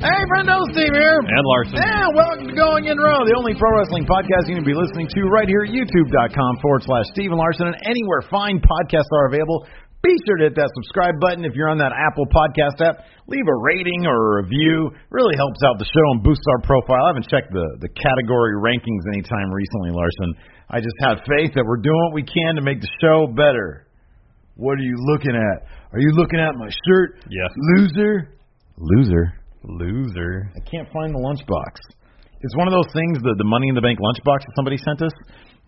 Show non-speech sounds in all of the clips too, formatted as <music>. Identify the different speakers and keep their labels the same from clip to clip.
Speaker 1: Hey, Brendo, Steve here. And Larson. Yeah, welcome to Going In Raw, the only pro wrestling podcast you can be listening to right here at youtube.com forward slash Steven Larson and anywhere fine podcasts are available. Be sure to hit that subscribe button if you're on that Apple Podcast app. Leave a rating or a review. Really helps out the show and boosts our profile. I haven't checked the, the category rankings anytime recently, Larson. I just have faith that we're doing what we can to make the show better. What are you looking at? Are you looking at my shirt?
Speaker 2: Yeah.
Speaker 1: Loser. Loser.
Speaker 2: Loser.
Speaker 1: I can't find the lunchbox. It's one of those things that the Money in the Bank lunchbox that somebody sent us.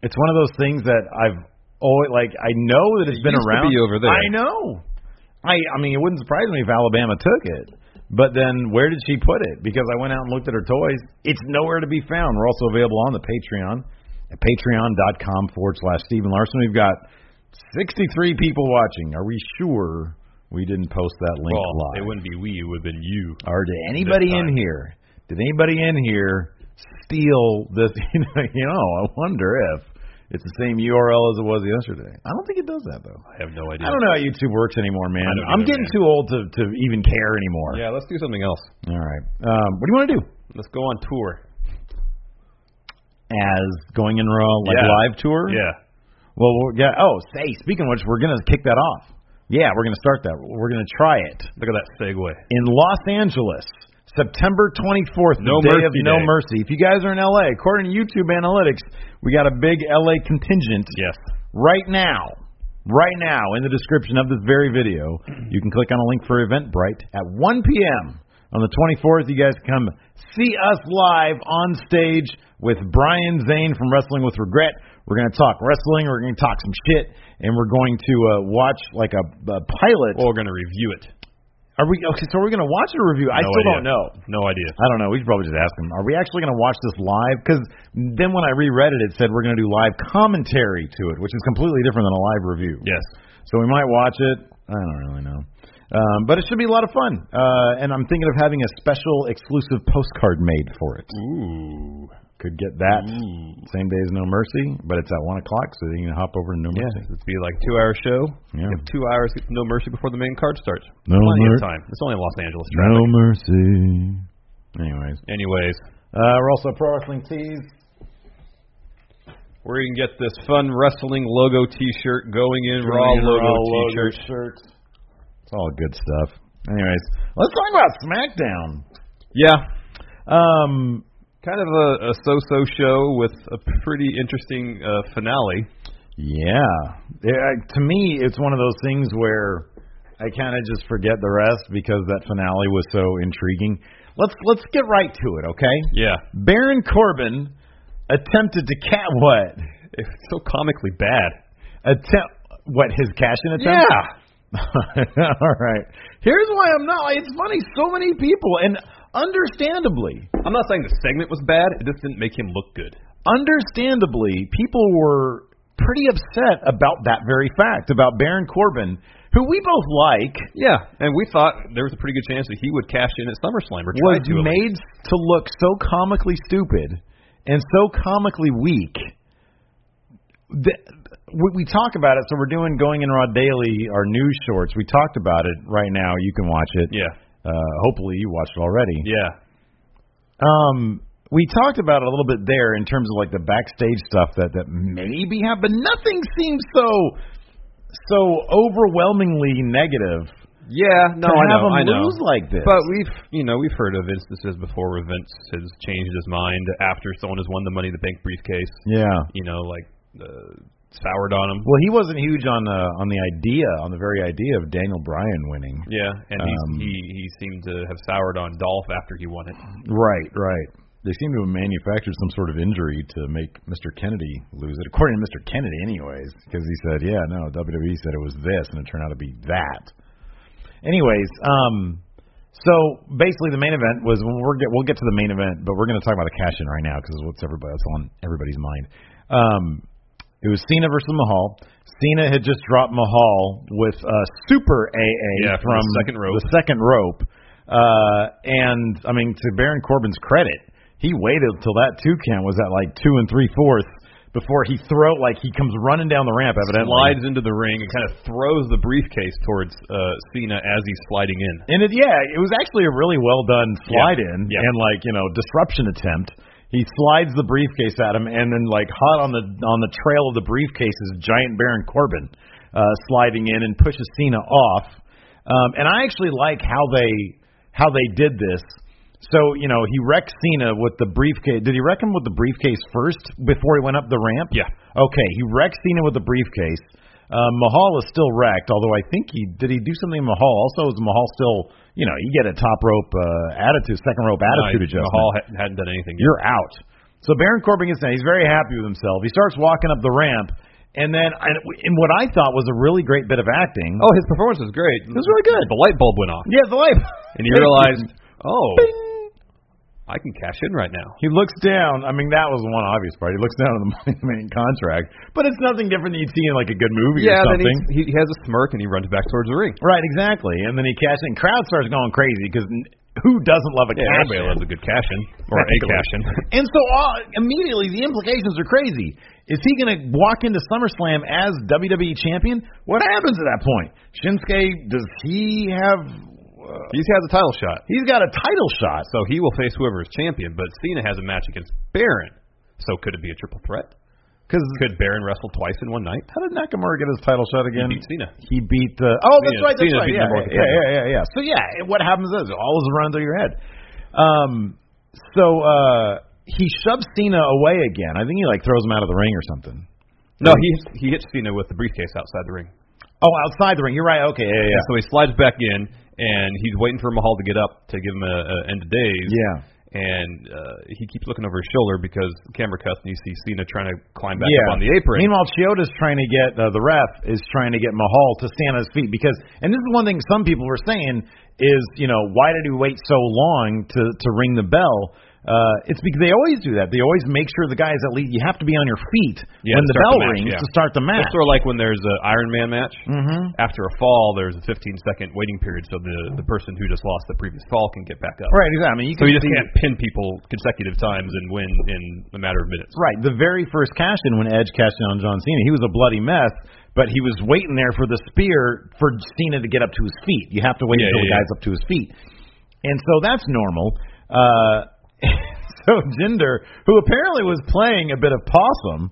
Speaker 1: It's one of those things that I've always like. I know that it's
Speaker 2: It
Speaker 1: been
Speaker 2: used to
Speaker 1: around
Speaker 2: be over there.
Speaker 1: I know. I I mean, it wouldn't surprise me if Alabama took it. But then, where did she put it? Because I went out and looked at her toys. It's nowhere to be found. We're also available on the Patreon at patreon.com forward slash Stephen Larson. We've got 63 people watching. Are we sure we didn't post that link
Speaker 2: Well,
Speaker 1: live?
Speaker 2: it wouldn't be we. It would have been you.
Speaker 1: Or did anybody
Speaker 2: This
Speaker 1: in
Speaker 2: time.
Speaker 1: here? Did anybody in here steal this? <laughs> You know, you know, I wonder if it's the same URL as it was yesterday. I don't think it does that though.
Speaker 2: I have no
Speaker 1: I
Speaker 2: idea.
Speaker 1: don't know how YouTube works anymore, man.
Speaker 2: I don't
Speaker 1: I'm
Speaker 2: either,
Speaker 1: getting
Speaker 2: man.
Speaker 1: too old to to even care anymore.
Speaker 2: Yeah, let's do something else.
Speaker 1: All right. Um, what do you want to do?
Speaker 2: Let's go on tour.
Speaker 1: As going in raw like
Speaker 2: Yeah.
Speaker 1: live tour.
Speaker 2: Yeah.
Speaker 1: Well, we're, yeah. Oh, say. Speaking of which, we're gonna kick that off. Yeah, we're gonna start that. We're gonna try it.
Speaker 2: Look at that segue.
Speaker 1: in Los Angeles, September 24th, the
Speaker 2: No
Speaker 1: day
Speaker 2: Mercy
Speaker 1: of No
Speaker 2: Day.
Speaker 1: Mercy. If you guys are in LA, according to YouTube analytics, we got a big LA contingent
Speaker 2: Yes.
Speaker 1: right now. Right now, in the description of this very video, you can click on a link for Eventbrite at 1 p.m. on the 24th. You guys come see us live on stage with Brian Zane from Wrestling with Regret. We're going to talk wrestling, we're going to talk some shit, and we're going to uh, watch like a, a pilot.
Speaker 2: Well, we're gonna review it.
Speaker 1: Are we okay? So we're gonna watch it or review? I
Speaker 2: No
Speaker 1: still
Speaker 2: idea.
Speaker 1: don't know.
Speaker 2: No idea.
Speaker 1: I don't know. We should probably just ask them. Are we actually gonna watch this live? Because then when I reread it, it said we're gonna do live commentary to it, which is completely different than a live review.
Speaker 2: Yes.
Speaker 1: So we might watch it. I don't really know. Um, but it should be a lot of fun. Uh, and I'm thinking of having a special exclusive postcard made for it.
Speaker 2: Ooh. Mm.
Speaker 1: Could get that same day as No Mercy, but it's at one o'clock, so you can hop over to No
Speaker 2: Yeah.
Speaker 1: Mercy.
Speaker 2: It'd be like two hour show.
Speaker 1: Yeah.
Speaker 2: You have two hours. with No mercy before the main card starts.
Speaker 1: No
Speaker 2: Plenty
Speaker 1: mer-
Speaker 2: of time. It's only Los Angeles
Speaker 1: No
Speaker 2: traffic.
Speaker 1: Mercy. Anyways,
Speaker 2: Anyways,
Speaker 1: uh, we're also pro wrestling tees.
Speaker 2: where you can get this fun wrestling logo T-shirt, going in
Speaker 1: Raw
Speaker 2: raw logo
Speaker 1: logo
Speaker 2: T-shirt.
Speaker 1: shirt. It's all good stuff. Anyways, let's talk about SmackDown.
Speaker 2: Yeah.
Speaker 1: Um,
Speaker 2: Kind of a, a so-so show with a pretty interesting uh, finale.
Speaker 1: yeah. It, uh, to me, it's one of those things where I kind of just forget the rest because that finale was so intriguing. Let's let's get right to it, okay?
Speaker 2: Yeah.
Speaker 1: Baron Corbin attempted to cat what?
Speaker 2: It's so comically bad.
Speaker 1: Attempt what his cash in attempt? Yeah. <laughs> All right. Here's why I'm not. It's funny. So many people, and understandably,
Speaker 2: I'm not saying the segment was bad. It just didn't make him look good.
Speaker 1: understandably, people were pretty upset about that very fact about Baron Corbin, who we both like,
Speaker 2: Yeah, and we thought there was a pretty good chance that he would cash in at SummerSlam or
Speaker 1: was
Speaker 2: try to. at least.
Speaker 1: made to look so comically stupid and so comically weak. That, we we talk about it, so we're doing Going in Raw Daily, our news shorts. We talked about it right now. You can watch it.
Speaker 2: Yeah,
Speaker 1: Uh, hopefully, you watched it already.
Speaker 2: yeah.
Speaker 1: Um, we talked about it a little bit there in terms of like the backstage stuff that that maybe happened. Nothing seems so so overwhelmingly negative.
Speaker 2: Yeah,
Speaker 1: to
Speaker 2: no, I
Speaker 1: have
Speaker 2: know,
Speaker 1: him
Speaker 2: I know.
Speaker 1: lose like this.
Speaker 2: But we've, you know, we've heard of instances before where Vince has changed his mind after someone has won the Money in the Bank briefcase.
Speaker 1: yeah.
Speaker 2: You know, like uh, soured on him.
Speaker 1: Well, he wasn't huge on the on the idea, on the very idea of Daniel Bryan winning.
Speaker 2: Yeah, and
Speaker 1: Um,
Speaker 2: he's, he he seemed to have soured on Dolph after he won it.
Speaker 1: Right, right. They seem to have manufactured some sort of injury to make Mr. Kennedy lose it, according to Mr. Kennedy, anyways, because he said, "Yeah, no, WWE said it was this, and it turned out to be that." Anyways, um, so basically the main event was we're get, we'll get to the main event, but we're going to talk about the cash in right now because what's everybody that's on everybody's mind. Um, it was Cena versus Mahal. Cena had just dropped Mahal with a super AA
Speaker 2: Yeah, from the second rope.
Speaker 1: the second rope. Uh, and I mean, to Baron Corbin's credit, he waited till that two count was at like two and three fourths before he throw like he comes running down the ramp. Evidently,
Speaker 2: Slides into the ring and kind of throws the briefcase towards uh, Cena as he's sliding in.
Speaker 1: And it, yeah, it was actually a really well done slide
Speaker 2: Yeah,
Speaker 1: in
Speaker 2: yeah.
Speaker 1: and like you know disruption attempt. He slides the briefcase at him, and then like hot on the on the trail of the briefcase is giant Baron Corbin uh, sliding in and pushes Cena off. Um, and I actually like how they how they did this. So you know he wrecked Cena with the briefcase. Did he wreck him with the briefcase first before he went up the ramp?
Speaker 2: Yeah.
Speaker 1: Okay, he wrecked Cena with the briefcase. Uh, Mahal is still wrecked, although I think he did he do something to Mahal. Also, is Mahal still you know you get a top rope uh, attitude, second rope attitude
Speaker 2: No,
Speaker 1: adjustment.
Speaker 2: Mahal hadn't, hadn't done anything. Yet.
Speaker 1: You're out. So Baron Corbin gets down. He's very happy with himself. He starts walking up the ramp, and then and in what I thought was a really great bit of acting.
Speaker 2: Oh, his performance was great. It
Speaker 1: was really good.
Speaker 2: The light bulb went off,
Speaker 1: <laughs> yeah, the light.
Speaker 2: and he <laughs> realized, oh, I can cash in right now.
Speaker 1: He looks down. I mean, that was one obvious part. He looks down at the <laughs> money man contract, but it's nothing different than you'd see in like a good movie
Speaker 2: Yeah,
Speaker 1: or
Speaker 2: then
Speaker 1: something.
Speaker 2: he, he has a smirk and he runs back towards the ring.
Speaker 1: Right, exactly. And then he cashes in. Crowd starts going crazy because who doesn't love a
Speaker 2: Yeah,
Speaker 1: cash?
Speaker 2: everybody
Speaker 1: in?
Speaker 2: loves a good cash in or a
Speaker 1: Particularly.
Speaker 2: cash in.
Speaker 1: <laughs> And so uh, immediately the implications are crazy. Is he going to walk into SummerSlam as WWE champion? What happens at that point? Shinsuke, does he have? Uh,
Speaker 2: He has a title shot,
Speaker 1: he's got a title shot.
Speaker 2: so he will face whoever is champion. But Cena has a match against Baron, so could it be a triple threat?
Speaker 1: Because
Speaker 2: Could Baron wrestle twice in one night?
Speaker 1: how did Nakamura get his title shot again?
Speaker 2: beat Cena.
Speaker 1: He beat the. Oh, that's
Speaker 2: Cena-
Speaker 1: right. That's
Speaker 2: Cena
Speaker 1: right.
Speaker 2: beat
Speaker 1: Yeah,
Speaker 2: number one
Speaker 1: yeah, yeah, yeah, yeah. So yeah, what happens is it all is running through your head. Um, so uh, he shoves Cena away again. I think he like throws him out of the ring or something.
Speaker 2: No, he he hits Cena with the briefcase outside the ring.
Speaker 1: Oh, outside the ring. You're right. Okay. Yeah, yeah.
Speaker 2: So he slides back in, and he's waiting for Mahal to get up to give him a, a end of days.
Speaker 1: Yeah.
Speaker 2: And uh, he keeps looking over his shoulder because camera cuts, and you see Cena trying to climb back up on the apron.
Speaker 1: Meanwhile, Chioda's trying to get uh, the ref is trying to get Mahal to stand on his feet because, and this is one thing some people were saying is, you know, why did he wait so long to to ring the bell? Uh, it's because they always do that. They always make sure the guys at least you have to be on your feet
Speaker 2: Yeah,
Speaker 1: when
Speaker 2: to
Speaker 1: the
Speaker 2: start
Speaker 1: bell
Speaker 2: the match,
Speaker 1: rings
Speaker 2: yeah.
Speaker 1: to start the match.
Speaker 2: It's sort of like when there's an Iron Man match.
Speaker 1: Mhm.
Speaker 2: After a fall, there's a 15 second waiting period, so the the person who just lost the previous fall can get back up.
Speaker 1: Right, exactly. I mean, you
Speaker 2: So
Speaker 1: can
Speaker 2: you just
Speaker 1: see-
Speaker 2: can't pin people consecutive times and win in a matter of minutes.
Speaker 1: Right. The very first cash in when Edge cashed in on John Cena, he was a bloody mess, but he was waiting there for the spear for Cena to get up to his feet. You have to wait
Speaker 2: Yeah,
Speaker 1: until
Speaker 2: yeah,
Speaker 1: the
Speaker 2: yeah.
Speaker 1: guy's up to his feet. And so that's normal. Uh, <laughs> so Jinder, who apparently was playing a bit of possum,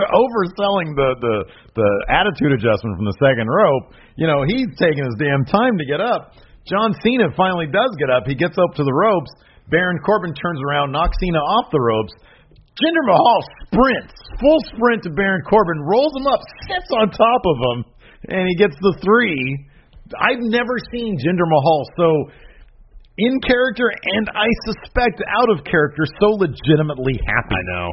Speaker 1: overselling the, the the attitude adjustment from the second rope, you know, he's taking his damn time to get up. John Cena finally does get up. He gets up to the ropes. Baron Corbin turns around, knocks Cena off the ropes. Jinder Mahal sprints, full sprint to Baron Corbin, rolls him up, sits on top of him, and he gets the three. I've never seen Jinder Mahal so in character and I suspect out of character, so legitimately happy.
Speaker 2: I know.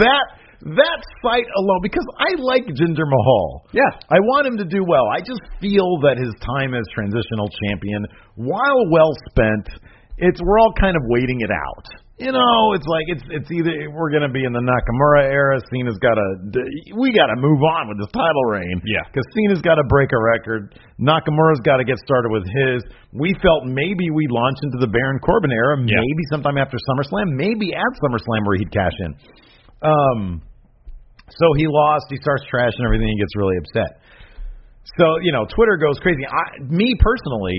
Speaker 1: That that sight alone, because I like Jinder Mahal.
Speaker 2: Yeah.
Speaker 1: I want him to do well. I just feel that his time as transitional champion, while well spent, it's we're all kind of waiting it out. You know, it's like it's it's either we're gonna be in the Nakamura era. Cena's got to we got to move on with this title reign.
Speaker 2: Yeah.
Speaker 1: because Cena's got to break a record. Nakamura's got to get started with his. We felt maybe we launch into the Baron Corbin era.
Speaker 2: Yeah.
Speaker 1: Maybe sometime after SummerSlam. Maybe at SummerSlam where he'd cash in. Um, so he lost. He starts trashing everything. He gets really upset. So you know, Twitter goes crazy. I, me personally,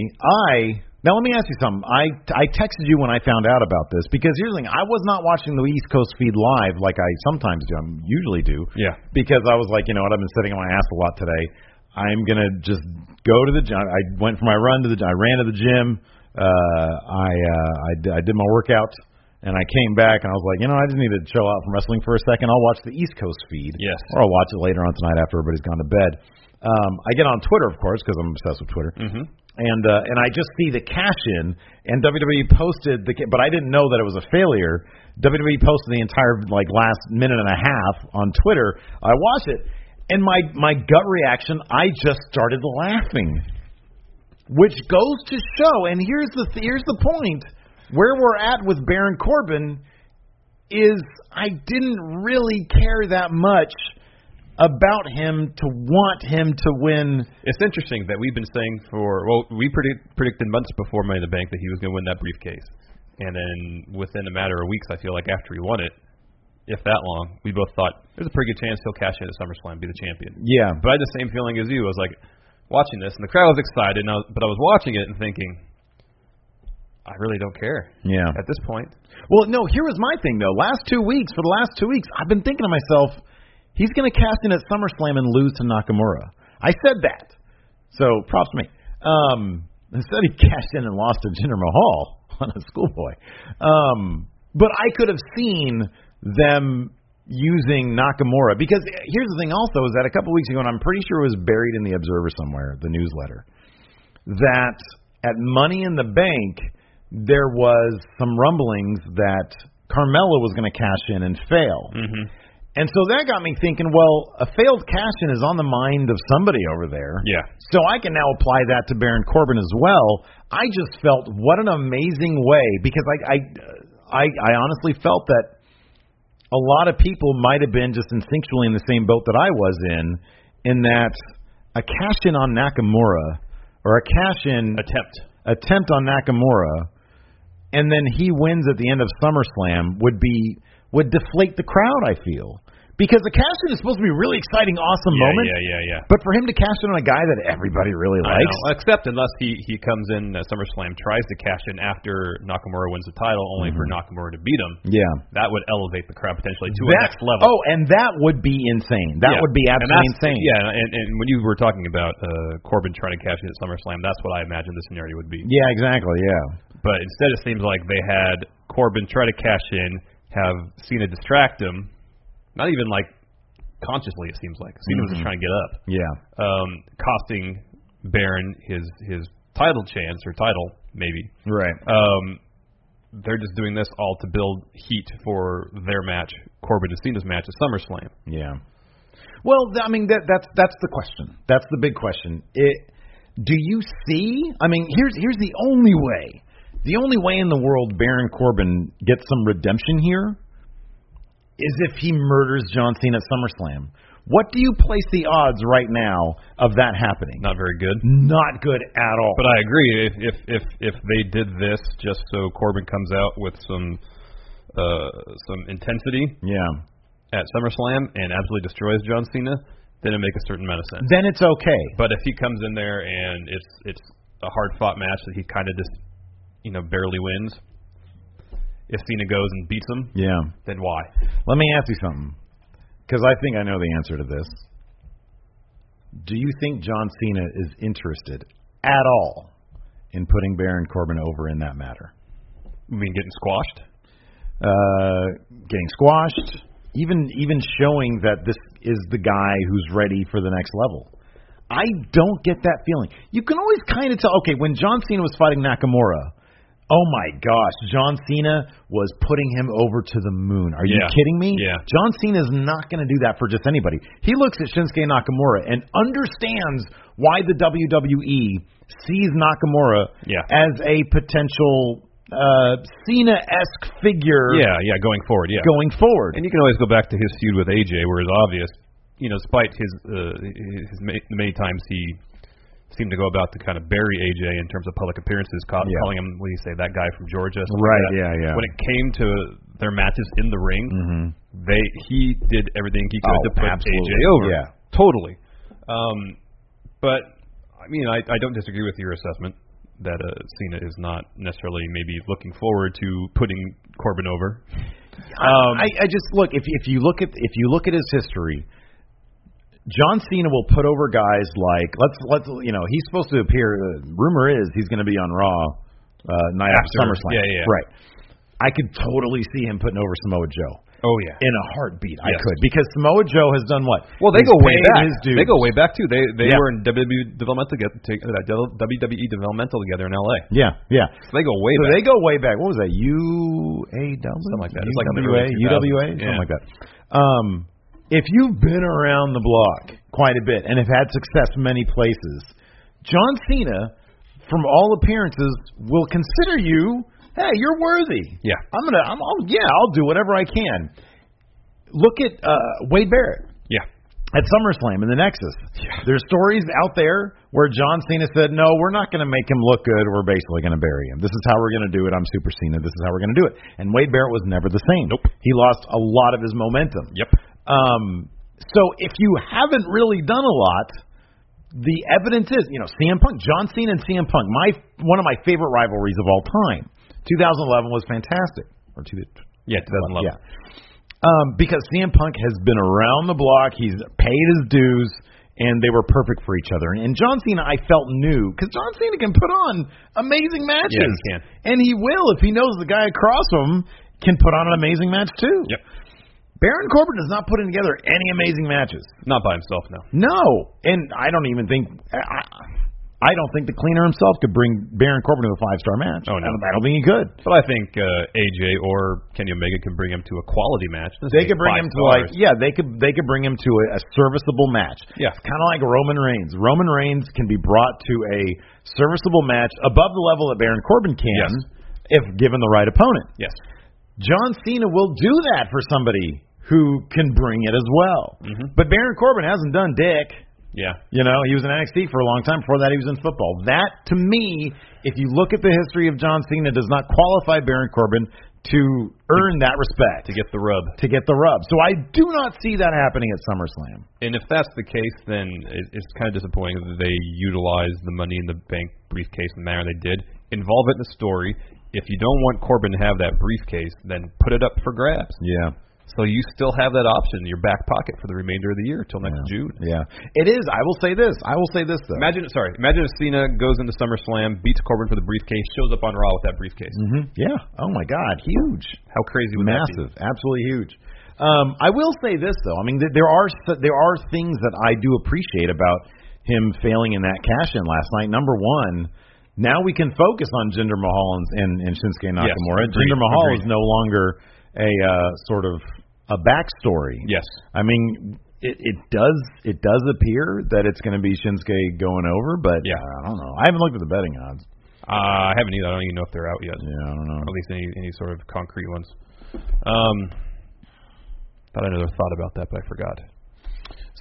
Speaker 1: I now let me ask you something. I I texted you when I found out about this because here's the thing: I was not watching the East Coast feed live like I sometimes do. I usually do.
Speaker 2: Yeah.
Speaker 1: Because I was like, you know what? I've been sitting on my ass a lot today. I'm gonna just go to the gym. I went for my run to the. I ran to the gym. Uh, I uh, I, d- I did my workout. And I came back and I was like, you know, I just need to chill out from wrestling for a second. I'll watch the East Coast feed.
Speaker 2: Yes.
Speaker 1: Or I'll watch it later on tonight after everybody's gone to bed. Um, I get on Twitter, of course, because I'm obsessed with Twitter. Mm-hmm. And uh, and I just see the cash in, and WWE posted the, ca- but I didn't know that it was a failure. WWE posted the entire like last minute and a half on Twitter. I watched it, and my my gut reaction, I just started laughing which goes to show. And here's the here's the point where we're at with Baron Corbin is I didn't really care that much about him to want him to win.
Speaker 2: It's interesting that we've been saying for well, we predict, predicted months before Money in the Bank that he was going to win that briefcase, and then within a matter of weeks, I feel like after he won it, if that long, we both thought there's a pretty good chance he'll cash in at SummerSlam and be the champion.
Speaker 1: Yeah,
Speaker 2: But I had the same feeling as you. I was like watching this, and the crowd was excited, and I was, but I was watching it and thinking, I really don't care
Speaker 1: yeah.
Speaker 2: at this point.
Speaker 1: Well, no, here was my thing though. Last two weeks, for the last two weeks, I've been thinking to myself, he's going to cast in at SummerSlam and lose to Nakamura. I said that, so props to me. Um, instead, he <laughs> cashed in and lost to Jinder Mahal <laughs> on a schoolboy. Um, but I could have seen them using Nakamura because here's the thing. Also, is that a couple weeks ago, and I'm pretty sure it was buried in the Observer somewhere, the newsletter that at Money in the Bank there was some rumblings that Carmella was going to cash in and fail. Mm-hmm. And so that got me thinking, well, a failed cash in is on the mind of somebody over there.
Speaker 2: Yeah.
Speaker 1: So I can now apply that to Baron Corbin as well. I just felt what an amazing way because I I I, I honestly felt that a lot of people might have been just instinctually in the same boat that I was in, in that a cash in on Nakamura or a cash in
Speaker 2: Attempt.
Speaker 1: attempt on Nakamura, and then he wins at the end of SummerSlam would be would deflate the crowd. I feel because the cash in is supposed to be a really exciting, awesome
Speaker 2: Yeah,
Speaker 1: moment.
Speaker 2: yeah, yeah, yeah.
Speaker 1: But for him to cash in on a guy that everybody really
Speaker 2: I
Speaker 1: likes,
Speaker 2: know, except unless he he comes in at SummerSlam, tries to cash in after Nakamura wins the title, only
Speaker 1: Mm-hmm.
Speaker 2: for Nakamura to beat him.
Speaker 1: yeah.
Speaker 2: That would elevate the crowd potentially to a
Speaker 1: That-
Speaker 2: next level.
Speaker 1: Oh, and that would be insane. That
Speaker 2: Yeah.
Speaker 1: would be
Speaker 2: And
Speaker 1: absolutely
Speaker 2: that's-
Speaker 1: insane.
Speaker 2: Yeah, and, and when you were talking about uh, Corbin trying to cash in at SummerSlam, that's what I imagined the scenario would be.
Speaker 1: Yeah, exactly. Yeah.
Speaker 2: But instead, it seems like they had Corbin try to cash in, have Cena distract him. Not even like consciously, it seems like Cena
Speaker 1: Mm-hmm.
Speaker 2: was just trying to get up,
Speaker 1: Yeah.
Speaker 2: um, costing Baron his his title chance or title maybe.
Speaker 1: Right.
Speaker 2: Um, they're just doing this all to build heat for their match, Corbin and Cena's match at SummerSlam.
Speaker 1: Yeah. Well, th- I mean that that's that's the question. That's the big question. It, do you see? I mean, here's here's the only way. The only way in the world Baron Corbin gets some redemption here is if he murders John Cena at SummerSlam. What do you place the odds right now of that happening?
Speaker 2: Not very good.
Speaker 1: Not good at all.
Speaker 2: But I agree. If if if if they did this just so Corbin comes out with some uh, some intensity
Speaker 1: yeah.
Speaker 2: at SummerSlam and absolutely destroys John Cena, then it makes a certain amount of sense.
Speaker 1: Then it's okay.
Speaker 2: But if he comes in there and it's it's a hard fought match that he kind of just you know barely wins, if Cena goes and beats him,
Speaker 1: Yeah.
Speaker 2: then why?
Speaker 1: Let me ask you something, because I think I know the answer to this. Do you think John Cena is interested at all in putting Baron Corbin over in that matter?
Speaker 2: I mean, getting squashed.
Speaker 1: Uh, getting squashed, even even showing that this is the guy who's ready for the next level. I don't get that feeling. You can always kind of tell. Okay, when John Cena was fighting Nakamura, Oh my gosh, John Cena was putting him over to the moon. Are you
Speaker 2: Yeah.
Speaker 1: kidding me?
Speaker 2: Yeah.
Speaker 1: John Cena's not going to do that for just anybody. He looks at Shinsuke Nakamura and understands why the WWE sees Nakamura
Speaker 2: Yeah.
Speaker 1: as a potential uh, Cena-esque figure
Speaker 2: Yeah, yeah, going forward, yeah.
Speaker 1: going forward.
Speaker 2: And you can always go back to his feud with AJ, where it's obvious, you know, despite his uh, his ma- the many times he seemed to go about to kind of bury AJ in terms of public appearances, call,
Speaker 1: Yeah.
Speaker 2: calling him what do you say that guy from Georgia, something
Speaker 1: Right,
Speaker 2: Like that.
Speaker 1: yeah, yeah. Mm-hmm.
Speaker 2: When it came to their matches in the ring, they he did everything he could
Speaker 1: Oh,
Speaker 2: to put
Speaker 1: absolutely.
Speaker 2: AJ over.
Speaker 1: Yeah.
Speaker 2: totally. Um, but I mean, I, I don't disagree with your assessment that uh, Cena is not necessarily maybe looking forward to putting Corbin over. Um,
Speaker 1: I, I just look if if you look at if you look at his history, John Cena will put over guys like let's let's you know he's supposed to appear. Uh, rumor is he's going to be on Raw uh, night after
Speaker 2: After,
Speaker 1: SummerSlam.
Speaker 2: yeah, yeah, yeah.
Speaker 1: right. I could totally see him putting over Samoa Joe
Speaker 2: oh yeah,
Speaker 1: in a heartbeat. I
Speaker 2: Yes.
Speaker 1: could because Samoa Joe has done what?
Speaker 2: Well, they
Speaker 1: He's
Speaker 2: go way
Speaker 1: paid
Speaker 2: back.
Speaker 1: His dues.
Speaker 2: They go way back too. They they
Speaker 1: Yeah.
Speaker 2: were in WWE developmental together, to, uh, WWE developmental together in LA.
Speaker 1: Yeah, yeah.
Speaker 2: So they go way
Speaker 1: So
Speaker 2: back.
Speaker 1: they go way back. What was that? UAW,
Speaker 2: Something like that. It's like in the
Speaker 1: UWA,
Speaker 2: early 2000s.
Speaker 1: UWA,
Speaker 2: Yeah.
Speaker 1: something like that. Um, if you've been around the block quite a bit and have had success many places, John Cena, from all appearances, will consider you. Hey, you're worthy.
Speaker 2: Yeah.
Speaker 1: I'm gonna. I'm. I'll, yeah, I'll do whatever I can. Look at uh, Wade Barrett
Speaker 2: yeah.
Speaker 1: at SummerSlam in the Nexus. There's stories out there where John Cena said, "No, we're not going to make him look good. We're basically going to bury him. This is how we're going to do it. I'm Super Cena. This is how we're going to do it." And Wade Barrett was never the same. Nope. He lost a lot of his momentum.
Speaker 2: Yep.
Speaker 1: Um, so if you haven't really done a lot, the evidence is, you know, CM Punk, John Cena and CM Punk, my one of my favorite rivalries of all time. 2011 was fantastic, or two,
Speaker 2: Yeah. 2011.
Speaker 1: yeah. Um, because CM Punk has been around the block, he's paid his dues, and they were perfect for each other. And, and John Cena, I felt knew because John Cena can put on amazing matches,
Speaker 2: Yeah, he can.
Speaker 1: and he will if he knows the guy across him can put on an amazing match too.
Speaker 2: Yep.
Speaker 1: Baron Corbin is not putting together any amazing matches.
Speaker 2: Not by himself, no.
Speaker 1: No, and I don't even think I, I don't think the cleaner himself could bring Baron Corbin to a five star match.
Speaker 2: Oh, no.
Speaker 1: I don't, I don't think he could.
Speaker 2: But I think uh, AJ or Kenny Omega can bring him to a quality match. This
Speaker 1: They
Speaker 2: is
Speaker 1: could bring
Speaker 2: five
Speaker 1: him to like
Speaker 2: stars.
Speaker 1: yeah, they could they could bring him to a, a serviceable match.
Speaker 2: Yeah.
Speaker 1: It's kind of like Roman Reigns. Roman Reigns can be brought to a serviceable match above the level that Baron Corbin can if given the right opponent.
Speaker 2: Yes.
Speaker 1: John Cena will do that for somebody who can bring it as well.
Speaker 2: Mm-hmm.
Speaker 1: But Baron Corbin hasn't done dick.
Speaker 2: Yeah.
Speaker 1: You know, he was in NXT for a long time. Before that, he was in football. That, to me, if you look at the history of John Cena, does not qualify Baron Corbin to earn that respect
Speaker 2: To get the rub.
Speaker 1: to get the rub. So I do not see that happening at SummerSlam.
Speaker 2: And if that's the case, then it, it's kind of disappointing that they utilized the Money in the Bank briefcase in the manner they did. Involve it in the story. If you don't want Corbin to have that briefcase, then put it up for grabs.
Speaker 1: Yeah.
Speaker 2: So you still have that option in your back pocket for the remainder of the year till next June.
Speaker 1: Yeah. It is. I will say this. I will say this though.
Speaker 2: Imagine, sorry, imagine if Cena goes into SummerSlam, beats Corbin for the briefcase, shows up on Raw with that briefcase.
Speaker 1: Mhm. Yeah. Oh my God. Huge.
Speaker 2: How crazy would
Speaker 1: Massive. Absolutely huge. Um, I will say this though. I mean, th- there are s- there are things that I do appreciate about him failing in that cash in last night. Number one. Now we can focus on Jinder Mahal and, and, and Shinsuke Nakamura.
Speaker 2: agreed,
Speaker 1: Jinder Mahal
Speaker 2: agreed.
Speaker 1: is no longer a uh, sort of a backstory.
Speaker 2: that be? Yes.
Speaker 1: I mean, it, it does it does appear that it's going to be Shinsuke going over, but
Speaker 2: Yeah.
Speaker 1: I don't know. I haven't looked at the betting odds.
Speaker 2: Uh, I haven't either. I don't even know if they're out yet.
Speaker 1: Yeah, I don't know.
Speaker 2: Or at least any any sort of concrete ones. Um, thought I another thought about that, but I forgot.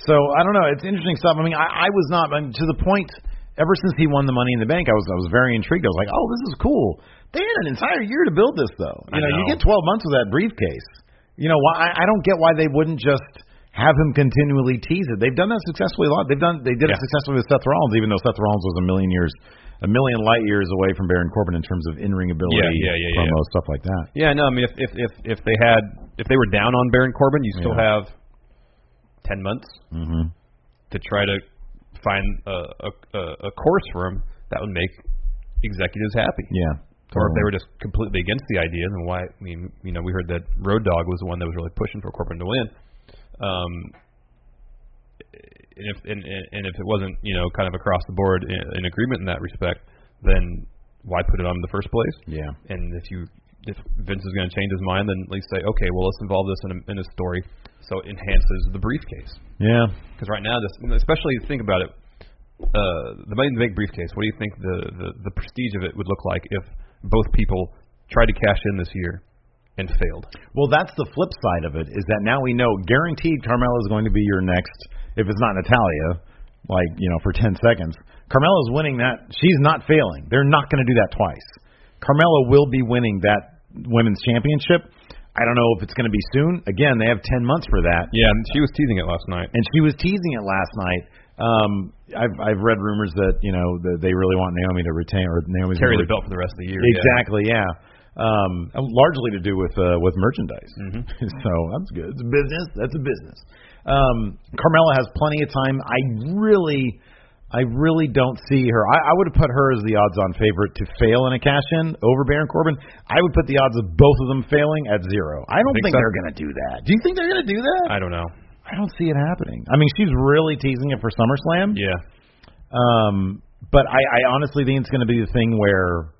Speaker 1: So I don't know. It's interesting stuff. I mean, I, I was not I mean, to the point. Ever since he won the Money in the Bank, I was I was very intrigued. I was like, oh, this is cool. They had an entire year to build this, though. You
Speaker 2: I
Speaker 1: you get
Speaker 2: know.
Speaker 1: 12 months with that briefcase. You know, why? I, I don't get why they wouldn't just have him continually tease it. They've done that successfully a lot. They've done they did it
Speaker 2: Yeah.
Speaker 1: successfully with Seth Rollins, even though Seth Rollins was a million years, a million light years away from Baron Corbin in terms of in ring ability,
Speaker 2: Yeah, yeah, yeah, yeah.
Speaker 1: promo stuff like that.
Speaker 2: Yeah, no. I mean, if if if, if they had if they were down on Baron Corbin, you still
Speaker 1: Yeah.
Speaker 2: have ten months
Speaker 1: Mhm.
Speaker 2: to try to find a, a a a course for him that would make executives happy.
Speaker 1: Yeah.
Speaker 2: Or
Speaker 1: Uh-huh.
Speaker 2: if they were just completely against the idea, then why? I mean, you know, we heard that Road Dog was the one that was really pushing for Corbin to win. Um, and if and, and and if it wasn't, you know, kind of across the board in, in agreement in that respect, then why put it on in the first place?
Speaker 1: Yeah.
Speaker 2: And if you if Vince is going to change his mind, then at least say, okay, well, let's involve this in a, in a story so it enhances the briefcase.
Speaker 1: Yeah.
Speaker 2: Because right now, this, especially think about it, uh, the Money in the Bank briefcase. What do you think the, the the prestige of it would look like if both people tried to cash in this year and failed?
Speaker 1: Well, that's the flip side of it is that now we know guaranteed Carmella is going to be your next. If it's not Natalia, like you know, for ten seconds, Carmella's winning that. She's not failing. They're not going to do that twice. Carmella will be winning that women's championship. I don't know if it's going to be soon. Again, they have ten months for that.
Speaker 2: Yeah, and she was teasing it last night.
Speaker 1: and she was teasing it last night. Um, I've I've read rumors that you know that they really want Naomi to retain or Naomi's
Speaker 2: Carry
Speaker 1: gonna
Speaker 2: the belt for the rest of the year. yeah.
Speaker 1: Exactly, yeah. Um, largely to do with uh, with merchandise. <laughs> so that's good. It's a business. That's a business. Um, Carmella has plenty of time. I really, I really don't see her. I, I would have put her as the odds-on favorite to fail in a cash-in over Baron Corbin. I would put the odds of both of them failing at zero. I don't
Speaker 2: Think
Speaker 1: think,
Speaker 2: so?
Speaker 1: they're going to do that. Do you think they're going to do that?
Speaker 2: I don't know.
Speaker 1: I don't see it happening. I mean, she's really teasing it for SummerSlam.
Speaker 2: Yeah.
Speaker 1: Um, but I, I honestly think it's going to be the thing where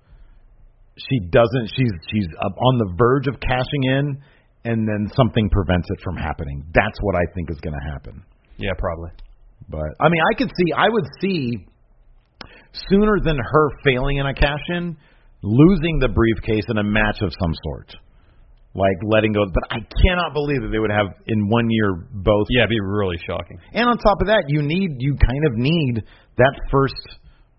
Speaker 1: she doesn't. She's she's up on the verge of cashing in, and then something prevents it from happening. That's what I think is going to happen.
Speaker 2: Yeah, probably.
Speaker 1: But I mean, I could see. I would see sooner than her failing in a cash in, losing the briefcase in a match of some sort. Like letting go, but I cannot believe that they would have in one year both
Speaker 2: Yeah, it'd be really shocking.
Speaker 1: and on top of that, you need you kind of need that first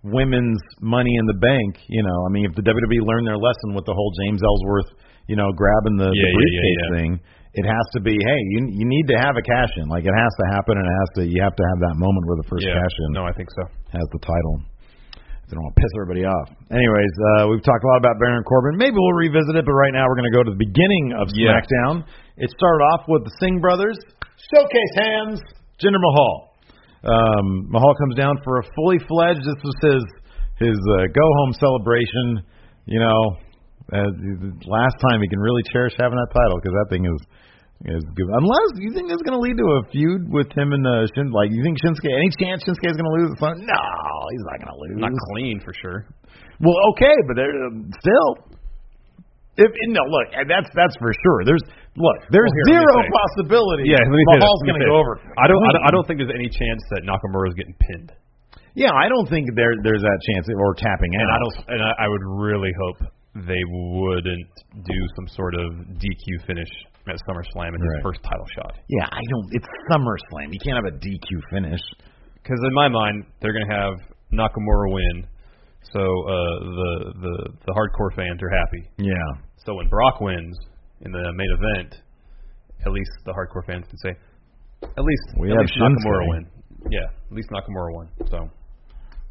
Speaker 1: women's money in the bank. You know, I mean, if the WWE learned their lesson with the whole James Ellsworth, you know, grabbing the,
Speaker 2: Yeah,
Speaker 1: the
Speaker 2: yeah,
Speaker 1: briefcase
Speaker 2: yeah, yeah.
Speaker 1: thing, it has to be, hey, you you need to have a cash in. Like it has to happen, and it has to you have to have that moment where the first
Speaker 2: yeah.
Speaker 1: cash in
Speaker 2: No, I think so.
Speaker 1: has the title. I don't want to piss everybody off. Anyways, uh, we've talked a lot about Baron Corbin. Maybe we'll revisit it, but right now we're going to go to the beginning of
Speaker 2: Yeah.
Speaker 1: SmackDown. It started off with the Singh brothers, showcase hands, Jinder Mahal. Um, Mahal comes down for a fully fledged. This was his his uh, go home celebration. You know, uh, the the last time he can really cherish having that title because that thing is is good. Unless you think that's going to lead to a feud with him and uh, Shin, like you think Shinsuke, any chance Shinsuke is going to lose? No, he's not going to lose.
Speaker 2: Not clean for sure.
Speaker 1: Well, okay, but they're um, still. If, no, look, and that's that's for sure. There's look, there's
Speaker 2: Well, here, let me
Speaker 1: zero
Speaker 2: say-
Speaker 1: possibility.
Speaker 2: Yeah, <laughs> let me say
Speaker 1: Mahal's
Speaker 2: this.
Speaker 1: going
Speaker 2: Let
Speaker 1: to
Speaker 2: me say
Speaker 1: go
Speaker 2: it.
Speaker 1: over.
Speaker 2: <laughs> I don't, I don't. I don't think there's any chance that Nakamura is getting pinned,
Speaker 1: Yeah, I don't think there there's that chance of- or tapping out.
Speaker 2: and I don't. And I, I would really hope they wouldn't do some sort of DQ finish at SummerSlam in his
Speaker 1: Right.
Speaker 2: first title shot.
Speaker 1: Yeah, I don't. It's SummerSlam. You can't have a DQ finish.
Speaker 2: Because in my mind, they're going to have Nakamura win, so uh, the the the hardcore fans are happy.
Speaker 1: Yeah.
Speaker 2: So when Brock wins in the main event, at least the hardcore fans can say, at least
Speaker 1: We
Speaker 2: at
Speaker 1: have
Speaker 2: least Nakamura
Speaker 1: Shinsuke.
Speaker 2: win. Yeah, at least Nakamura won. So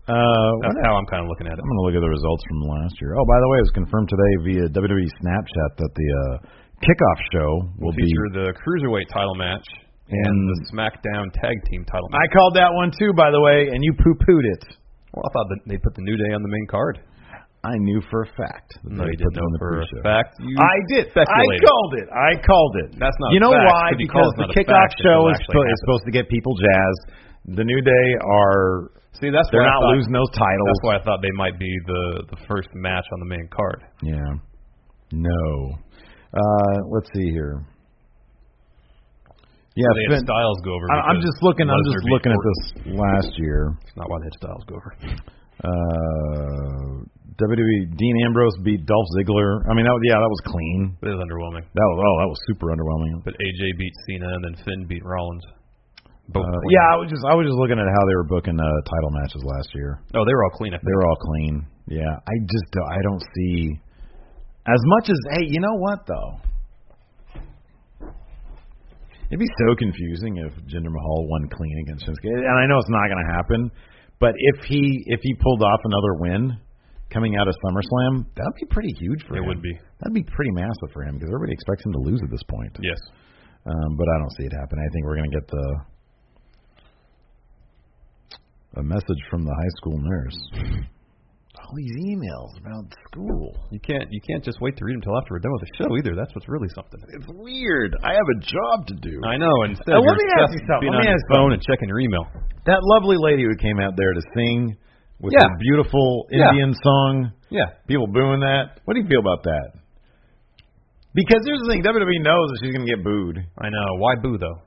Speaker 1: Uh,
Speaker 2: that's how I'm kind of looking at it.
Speaker 1: I'm going to look at the results from last year. Oh, by the way, it was confirmed today via WWE Snapchat that the uh, kickoff show will be.
Speaker 2: feature the cruiserweight title match and,
Speaker 1: And-
Speaker 2: the SmackDown tag team title
Speaker 1: I
Speaker 2: match.
Speaker 1: called that one too, by the way, and you poo-pooed it.
Speaker 2: well, I thought that they put the New Day on the main card.
Speaker 1: I knew for a fact. That
Speaker 2: No,
Speaker 1: they
Speaker 2: you
Speaker 1: put them
Speaker 2: didn't know
Speaker 1: on the
Speaker 2: for a
Speaker 1: pre-show.
Speaker 2: fact. You
Speaker 1: I did. I
Speaker 2: speculated.
Speaker 1: called it. I called it.
Speaker 2: That's not
Speaker 1: You
Speaker 2: a
Speaker 1: know
Speaker 2: fact,
Speaker 1: why?
Speaker 2: because you call
Speaker 1: Because
Speaker 2: it's
Speaker 1: the
Speaker 2: not a
Speaker 1: kickoff
Speaker 2: fact if
Speaker 1: show
Speaker 2: it'll
Speaker 1: is,
Speaker 2: actually
Speaker 1: spo- is
Speaker 2: happen.
Speaker 1: supposed to get people jazzed. The New Day are
Speaker 2: See, that's
Speaker 1: they're
Speaker 2: why I
Speaker 1: not
Speaker 2: thought-
Speaker 1: losing those titles.
Speaker 2: That's why I thought they might be the the first match on the main card.
Speaker 1: Yeah. No. Uh, let's see here. Yeah,
Speaker 2: they
Speaker 1: Finn,
Speaker 2: had Styles go over.
Speaker 1: I- I'm
Speaker 2: because
Speaker 1: just looking. I'm
Speaker 2: Lesnar
Speaker 1: just
Speaker 2: beat
Speaker 1: looking at
Speaker 2: Orton.
Speaker 1: this last year.
Speaker 2: It's not why they had Styles go over.
Speaker 1: Uh, WWE Dean Ambrose beat Dolph Ziggler. I mean, that, was- yeah, that was clean.
Speaker 2: But it was underwhelming.
Speaker 1: That was oh, that was super underwhelming.
Speaker 2: But AJ beat Cena and then Finn beat Rollins.
Speaker 1: Uh,
Speaker 2: Both clean.
Speaker 1: yeah, I was just I was just looking at how they were booking uh, title matches last year.
Speaker 2: Oh, they were all clean. I
Speaker 1: They
Speaker 2: think.
Speaker 1: were all clean. Yeah, I just don't- I don't see as much as hey, you know what though. It'd be so confusing if Jinder Mahal won clean against Shinsuke, and I know it's not going to happen. But if he if he pulled off another win coming out of SummerSlam, that'd be pretty huge for
Speaker 2: It
Speaker 1: him.
Speaker 2: would be.
Speaker 1: That'd be pretty massive for him because everybody expects him to lose at this point.
Speaker 2: Yes.
Speaker 1: Um, but I don't see it happen. I think we're going to get the a message from the high school nurse. <sniffs> All these emails about school.
Speaker 2: You can't you can't just wait to read them until after we're done with the show either. That's what's really something.
Speaker 1: It's weird. I have a job to do.
Speaker 2: I know. And
Speaker 1: Uh,
Speaker 2: instead,
Speaker 1: let
Speaker 2: you're
Speaker 1: me ask you
Speaker 2: obsessed with
Speaker 1: something.
Speaker 2: being
Speaker 1: Let me
Speaker 2: on your
Speaker 1: ask
Speaker 2: phone and checking your email.
Speaker 1: That lovely lady who came out there to sing with
Speaker 2: Yeah.
Speaker 1: the beautiful
Speaker 2: Yeah.
Speaker 1: Indian song. Yeah, people booing that. What do you feel about that? Because here's the thing: WWE knows that she's going to get booed.
Speaker 2: I know. Why boo though?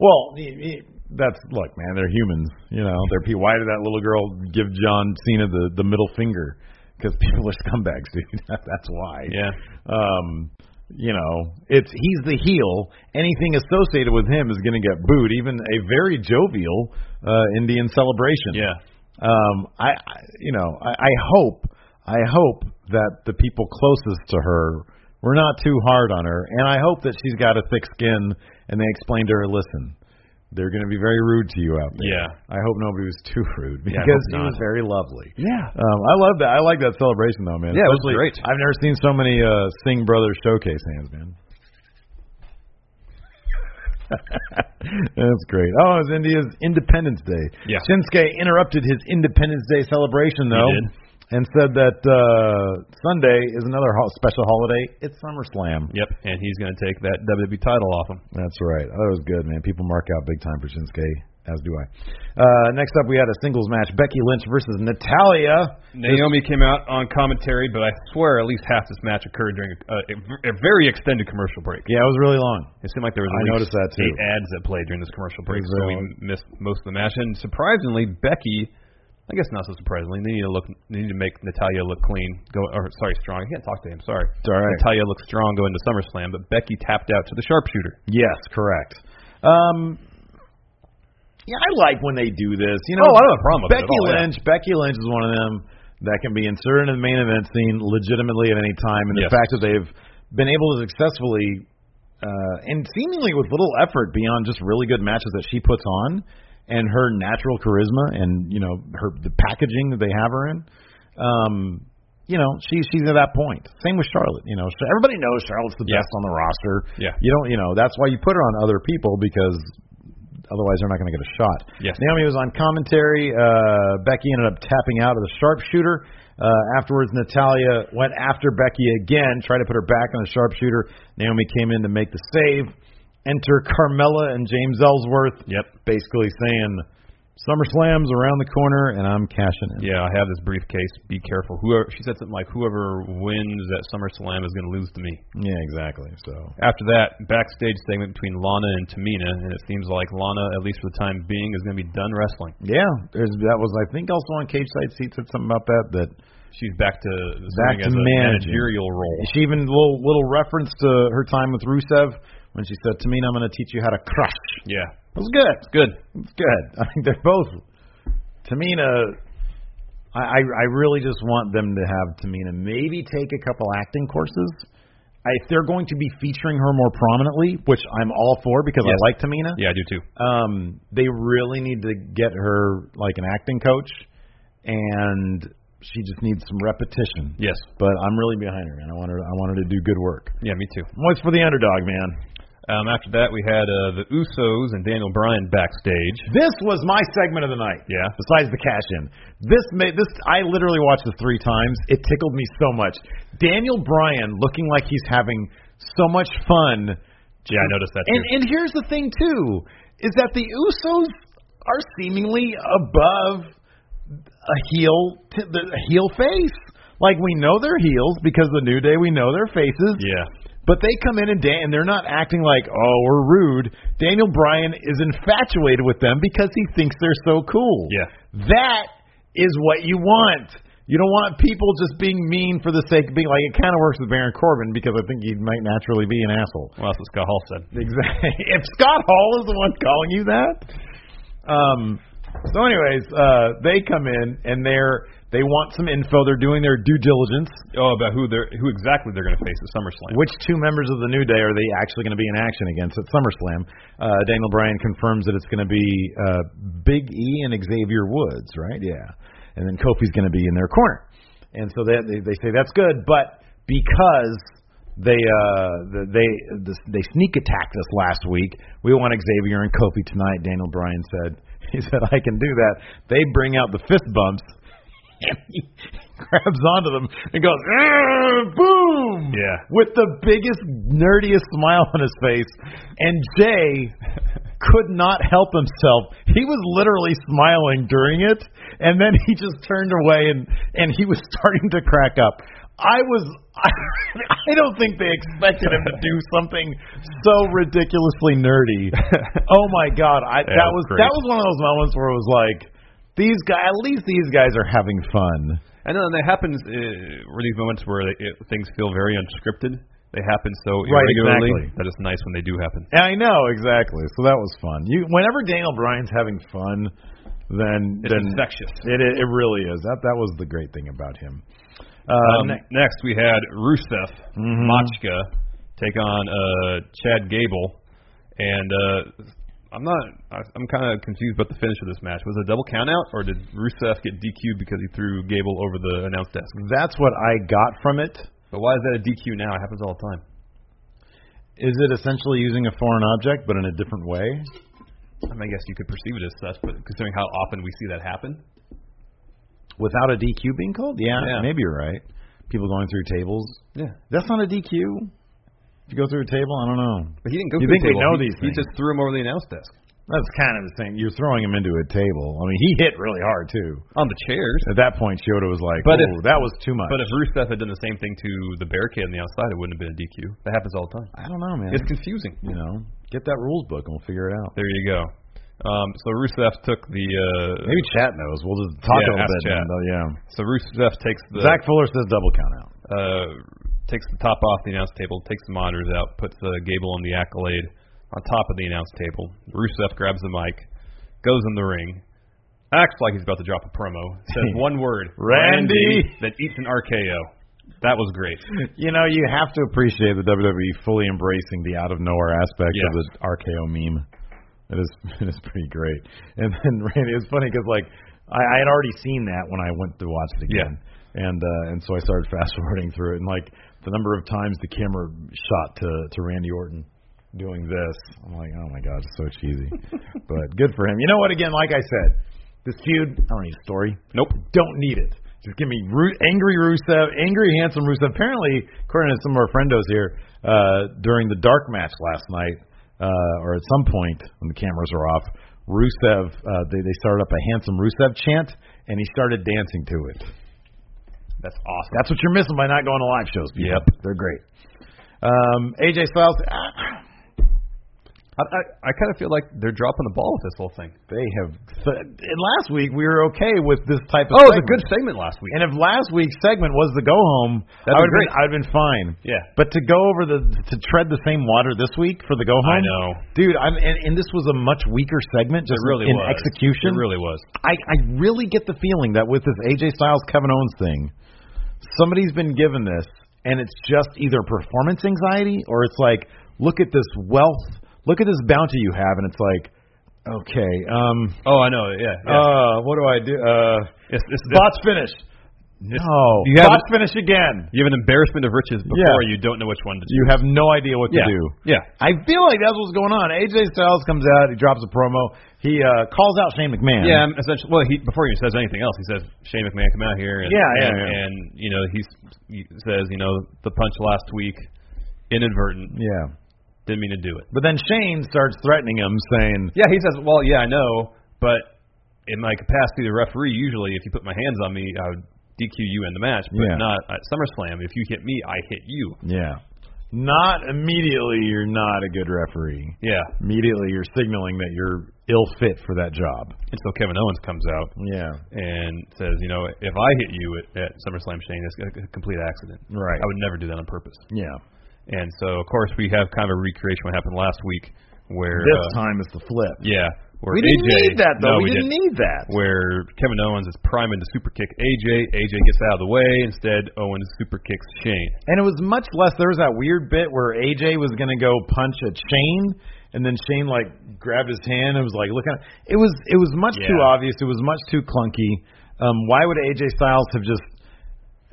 Speaker 1: Well, y- y- that's look, man. They're humans, you know. They're pe- why did that little girl give John Cena the the middle finger? Because people are scumbags, <laughs> dude. that's why.
Speaker 2: Yeah.
Speaker 1: Um, you know, it's he's the heel. Anything associated with him is going to get booed. Even a very jovial uh, Indian celebration.
Speaker 2: Yeah.
Speaker 1: Um, I, I you know, I, I hope, I hope that the people closest to her were not too hard on her, and I hope that she's got a thick skin, and they explained to her, listen, they're going to be very rude to you out there.
Speaker 2: Yeah.
Speaker 1: I hope nobody was <laughs> too rude
Speaker 2: Yeah, I
Speaker 1: because she
Speaker 2: hope
Speaker 1: was
Speaker 2: not.
Speaker 1: very lovely.
Speaker 2: Yeah.
Speaker 1: Um, I love that. I like that celebration though, man.
Speaker 2: Yeah, it was
Speaker 1: Especially-
Speaker 2: great.
Speaker 1: I've never seen so many uh, Sing Brothers showcase hands, man. That's great. Oh, it was India's Independence Day.
Speaker 2: Yeah.
Speaker 1: Shinsuke interrupted his Independence Day celebration though,
Speaker 2: did.
Speaker 1: and said that uh, Sunday is another ho- special holiday. It's SummerSlam.
Speaker 2: Yep. And he's going to take that WWE title off him.
Speaker 1: That's right. Oh, That was good, man. People mark out big time for Shinsuke, as do I. Uh, next up, we had a singles match: Becky Lynch versus Natalia.
Speaker 2: Naomi came out on commentary, but I swear at least half this match occurred during a, a, a very extended commercial break.
Speaker 1: Yeah, it was really long.
Speaker 2: It seemed like there was
Speaker 1: I
Speaker 2: at least
Speaker 1: noticed that, too.
Speaker 2: eight ads that played during this commercial break,
Speaker 1: It was
Speaker 2: so we
Speaker 1: very
Speaker 2: missed most of the match. And surprisingly, Becky, I guess not so surprisingly, they need to look, they need to make Natalia look clean. Go or sorry, strong. I can't talk to him. Sorry.
Speaker 1: all right.
Speaker 2: Natalia looked strong going to SummerSlam, but Becky tapped out to the sharpshooter.
Speaker 1: Yes, correct. Um, yeah, I like when they do this. You know,
Speaker 2: Oh, I don't have a problem with it
Speaker 1: Becky
Speaker 2: at all, yeah.
Speaker 1: Lynch. Becky Lynch is one of them that can be inserted in the main event scene legitimately at any time, and
Speaker 2: Yes.
Speaker 1: the fact that they've been able to successfully uh, and seemingly with little effort beyond just really good matches that she puts on and her natural charisma and you know her the packaging that they have her in. Um, you know, she she's at that point. Same with Charlotte. You know, so everybody knows Charlotte's the
Speaker 2: Yeah.
Speaker 1: best on the roster.
Speaker 2: Yeah.
Speaker 1: You don't, you know, that's why you put her on other people because otherwise they're not going to get a shot.
Speaker 2: Yes.
Speaker 1: Naomi was on commentary. Uh, Becky ended up tapping out of the sharpshooter. Uh, afterwards, Natalia went after Becky again, tried to put her back on the sharpshooter. Naomi came in to make the save. Enter Carmella and James Ellsworth.
Speaker 2: Yep.
Speaker 1: Basically saying, SummerSlam's around the corner and I'm cashing in.
Speaker 2: Yeah, I have this briefcase. Be careful. Whoever she said something like, "Whoever wins at SummerSlam is going to lose to me."
Speaker 1: Yeah, exactly. So
Speaker 2: After that, backstage segment between Lana and Tamina, and it seems like Lana, at least for the time being, is going to be done wrestling.
Speaker 1: yeah, there's that was I think also on Cage Side Seat said something about that that
Speaker 2: She's back to
Speaker 1: Back
Speaker 2: serving
Speaker 1: to
Speaker 2: as a
Speaker 1: managing.
Speaker 2: managerial role.
Speaker 1: <laughs> She even little little reference to her time with Rusev when she said, "Tamina, I'm going to teach you how to crush."
Speaker 2: Yeah,
Speaker 1: It was good.
Speaker 2: good.
Speaker 1: It's good. <laughs> I mean, they're both Tamina. I, I I really just want them to have Tamina maybe take a couple acting courses. I, if they're going to be featuring her more prominently, which I'm all for because
Speaker 2: Yes.
Speaker 1: I like Tamina,
Speaker 2: Yeah, I do too.
Speaker 1: um, they really need to get her like an acting coach, and she just needs some repetition.
Speaker 2: Yes.
Speaker 1: But I'm really behind her, man. I want her. I want her to do good work.
Speaker 2: Yeah, me too.
Speaker 1: What's for the underdog, man?
Speaker 2: Um, after that, we had uh, the Usos and Daniel Bryan backstage.
Speaker 1: This was my segment of the night.
Speaker 2: Yeah.
Speaker 1: Besides the cash in, this made this. I literally watched this three times. It tickled me so much. Daniel Bryan looking like he's having so much fun.
Speaker 2: Yeah, I noticed that too.
Speaker 1: And and here's the thing too is that the Usos are seemingly above a heel t- the a heel face. Like we know they're heels because the New Day we know their faces.
Speaker 2: yeah,
Speaker 1: But they come in and dan- and they're not acting like oh we're rude. Daniel Bryan is infatuated with them because he thinks they're so cool.
Speaker 2: Yeah.
Speaker 1: that is what you want. You don't want people just being mean for the sake of being like. It kind of works with Baron Corbin because I think he might naturally be an asshole.
Speaker 2: well, that's what Scott Hall said.
Speaker 1: Exactly. <laughs> If Scott Hall is the one calling you that. Um. So, anyways, uh, they come in and they're they want some info. They're doing their due diligence.
Speaker 2: Oh, about who they're who exactly they're going to face at SummerSlam.
Speaker 1: Which two members of the New Day are they actually going to be in action against at SummerSlam? Uh, Daniel Bryan confirms that it's going to be uh, Big E and Xavier Woods, right? Yeah. And then Kofi's going to be in their corner. And so they, they, they say that's good, but because they uh, the- they the, they sneak attacked us last week, we want Xavier and Kofi tonight. Daniel Bryan said he said I can do that. They bring out the fist bumps. And he <laughs> grabs onto them and goes, "Arr, boom!
Speaker 2: Yeah.
Speaker 1: With the biggest, nerdiest smile on his face. And Jay could not help himself. He was literally smiling during it, and then he just turned away and and he was <laughs> starting to crack up. I was <laughs> I, I don't think they expected him to do something so ridiculously nerdy. Oh my god, I that was
Speaker 2: was great.
Speaker 1: that was one of those moments where it was like these guys at least these guys are having fun.
Speaker 2: And then that happens uh, where these moments where they, it, things feel very unscripted. They happen so
Speaker 1: Right,
Speaker 2: irregularly
Speaker 1: exactly.
Speaker 2: that it's nice when they do happen.
Speaker 1: Yeah, I know exactly. So that was fun. You whenever Daniel Bryan's having fun, then
Speaker 2: It's
Speaker 1: then
Speaker 2: infectious.
Speaker 1: It it it really is. That that was the great thing about him. Uh,
Speaker 2: Um, Mm-hmm.
Speaker 1: ne-
Speaker 2: next, we had Rusev Machka take on uh, Chad Gable, and uh, I'm not. I- I'm kind of confused about the finish of this match. Was it a double countout, or did Rusev get DQ because he threw Gable over the announce desk?
Speaker 1: that's what I got from it.
Speaker 2: But why is that a DQ now? It happens all the time.
Speaker 1: Is it essentially using a foreign object but in a different way?
Speaker 2: I, mean, I guess you could perceive it as such, but considering how often we see that happen,
Speaker 1: Without a DQ being called? Yeah,
Speaker 2: Yeah.
Speaker 1: maybe you're right. People going through tables.
Speaker 2: yeah.
Speaker 1: That's not a DQ. If you go through a table, I don't know.
Speaker 2: But he didn't go.
Speaker 1: You
Speaker 2: through
Speaker 1: think
Speaker 2: the
Speaker 1: they
Speaker 2: table.
Speaker 1: know
Speaker 2: he,
Speaker 1: these
Speaker 2: He
Speaker 1: things.
Speaker 2: just threw him over the announce desk
Speaker 1: That's kind of the thing. You're throwing him into a table. I mean, he hit really hard too.
Speaker 2: on the chairs.
Speaker 1: At that point, Yoda was like,
Speaker 2: But
Speaker 1: "Oh,
Speaker 2: if-
Speaker 1: that was too much."
Speaker 2: But if Rusev had done the same thing to the barricade on the outside, it wouldn't have been a DQ. That happens all the time.
Speaker 1: I don't know, man.
Speaker 2: It's confusing.
Speaker 1: you know, get that rules book and we'll figure it out.
Speaker 2: There you go. Um, so Rusev took the. Uh,
Speaker 1: Maybe chat knows. We'll just talk a little
Speaker 2: Yeah, ask
Speaker 1: bit.
Speaker 2: Chat.
Speaker 1: and, uh, yeah.
Speaker 2: so Rusev takes the
Speaker 1: Zach Fuller says double count out.
Speaker 2: uh, takes the top off the announce table, takes the monitors out, puts uh, Gable on the accolade on top of the announce table. Rusev grabs the mic, goes in the ring, acts like he's about to drop a promo, <laughs> says one word,
Speaker 1: Randy.
Speaker 2: that eats an RKO. That was great.
Speaker 1: <laughs> You know, you have to appreciate the WWE fully embracing the out of nowhere aspect of
Speaker 2: Yes.
Speaker 1: the RKO meme. It is <laughs> it is pretty great. And then <laughs> Randy, it's funny because like I, I had already seen that when I went to watch it again, and uh, and so I started <laughs> fast forwarding through it, and like the number of times the camera shot to to Randy Orton doing this, I'm like, oh my god, it's so cheesy, but good for him. You know what? Again, like I said, this feud, I don't need a story.
Speaker 2: Nope.
Speaker 1: Don't need it. Just give me Ru- angry Rusev, angry handsome Rusev. Apparently, according to some of our friendos here, uh, during the dark match last night, uh, or at some point when the cameras were off, Rusev uh, they they started up a handsome Rusev chant, and he started dancing to it.
Speaker 2: That's awesome.
Speaker 1: That's what you're missing by not going to live shows. People.
Speaker 2: Yep.
Speaker 1: they're great. Um, AJ Styles, ah,
Speaker 2: I, I, I kind of feel like they're dropping the ball with this whole thing.
Speaker 1: they have. and last week we were okay with this type of.
Speaker 2: Oh, it was
Speaker 1: segment.
Speaker 2: a good segment last week.
Speaker 1: And if last week's segment was the go home, I would
Speaker 2: That'd be
Speaker 1: have been,
Speaker 2: great.
Speaker 1: I'd been fine.
Speaker 2: Yeah.
Speaker 1: But to go over the to tread the same water this week for the go home,
Speaker 2: I know.
Speaker 1: dude. I'm and, and this was a much weaker segment, just
Speaker 2: It really
Speaker 1: in
Speaker 2: was.
Speaker 1: execution.
Speaker 2: It really was.
Speaker 1: I I really get the feeling that with this AJ Styles Kevin Owens thing, somebody's been given this, and it's just either performance anxiety or it's like, look at this wealth, look at this bounty you have, and it's like, okay, um,
Speaker 2: Oh, I know. Yeah. yeah.
Speaker 1: uh, what do I do? Uh,
Speaker 2: It's- it's-
Speaker 1: Botch finish. No.
Speaker 2: You have-
Speaker 1: Botch finish again.
Speaker 2: you have an embarrassment of riches before
Speaker 1: Yeah.
Speaker 2: you don't know which one to do.
Speaker 1: You have no idea what
Speaker 2: yeah.
Speaker 1: to do.
Speaker 2: Yeah.
Speaker 1: I feel like that's what's going on. AJ Styles comes out, he drops a promo, he uh, calls out Shane McMahon.
Speaker 2: Yeah, I'm essentially. Well, he before he says anything else, he says Shane McMahon come out here. And,
Speaker 1: Yeah, yeah,
Speaker 2: and,
Speaker 1: yeah.
Speaker 2: and you know he's, he says you know the punch last week, inadvertent,
Speaker 1: Yeah.
Speaker 2: didn't mean to do it.
Speaker 1: But then Shane starts threatening him, saying,
Speaker 2: Yeah, he says, well, yeah, I know, but in my capacity as a referee, usually if you put my hands on me, I would DQ you in the match, but
Speaker 1: Yeah.
Speaker 2: not at SummerSlam. If you hit me, I hit you.
Speaker 1: Yeah. Not immediately, you're not a good referee.
Speaker 2: Yeah.
Speaker 1: Immediately, you're signaling that you're ill fit for that job.
Speaker 2: And so Kevin Owens comes out
Speaker 1: Yeah.
Speaker 2: and says, you know, if I hit you at, at SummerSlam, Shane, it's a complete accident.
Speaker 1: Right.
Speaker 2: I would never do that on purpose.
Speaker 1: Yeah.
Speaker 2: And so, of course, we have kind of a recreation of what happened last week, where
Speaker 1: This
Speaker 2: uh,
Speaker 1: time is the flip.
Speaker 2: yeah, where
Speaker 1: We didn't
Speaker 2: AJ
Speaker 1: need that, though.
Speaker 2: No,
Speaker 1: we,
Speaker 2: we,
Speaker 1: didn't,
Speaker 2: didn't.
Speaker 1: need that.
Speaker 2: Where Kevin Owens is priming to super kick AJ. AJ gets out of the way. Instead, Owens super kicks Shane.
Speaker 1: And it was much less. There was that weird bit where AJ was going to go punch a chain, and then Shane like grabbed his hand and was like, "Look at it." Was it was much too
Speaker 2: Yeah.
Speaker 1: obvious. It was much too clunky. Um, why would AJ Styles have just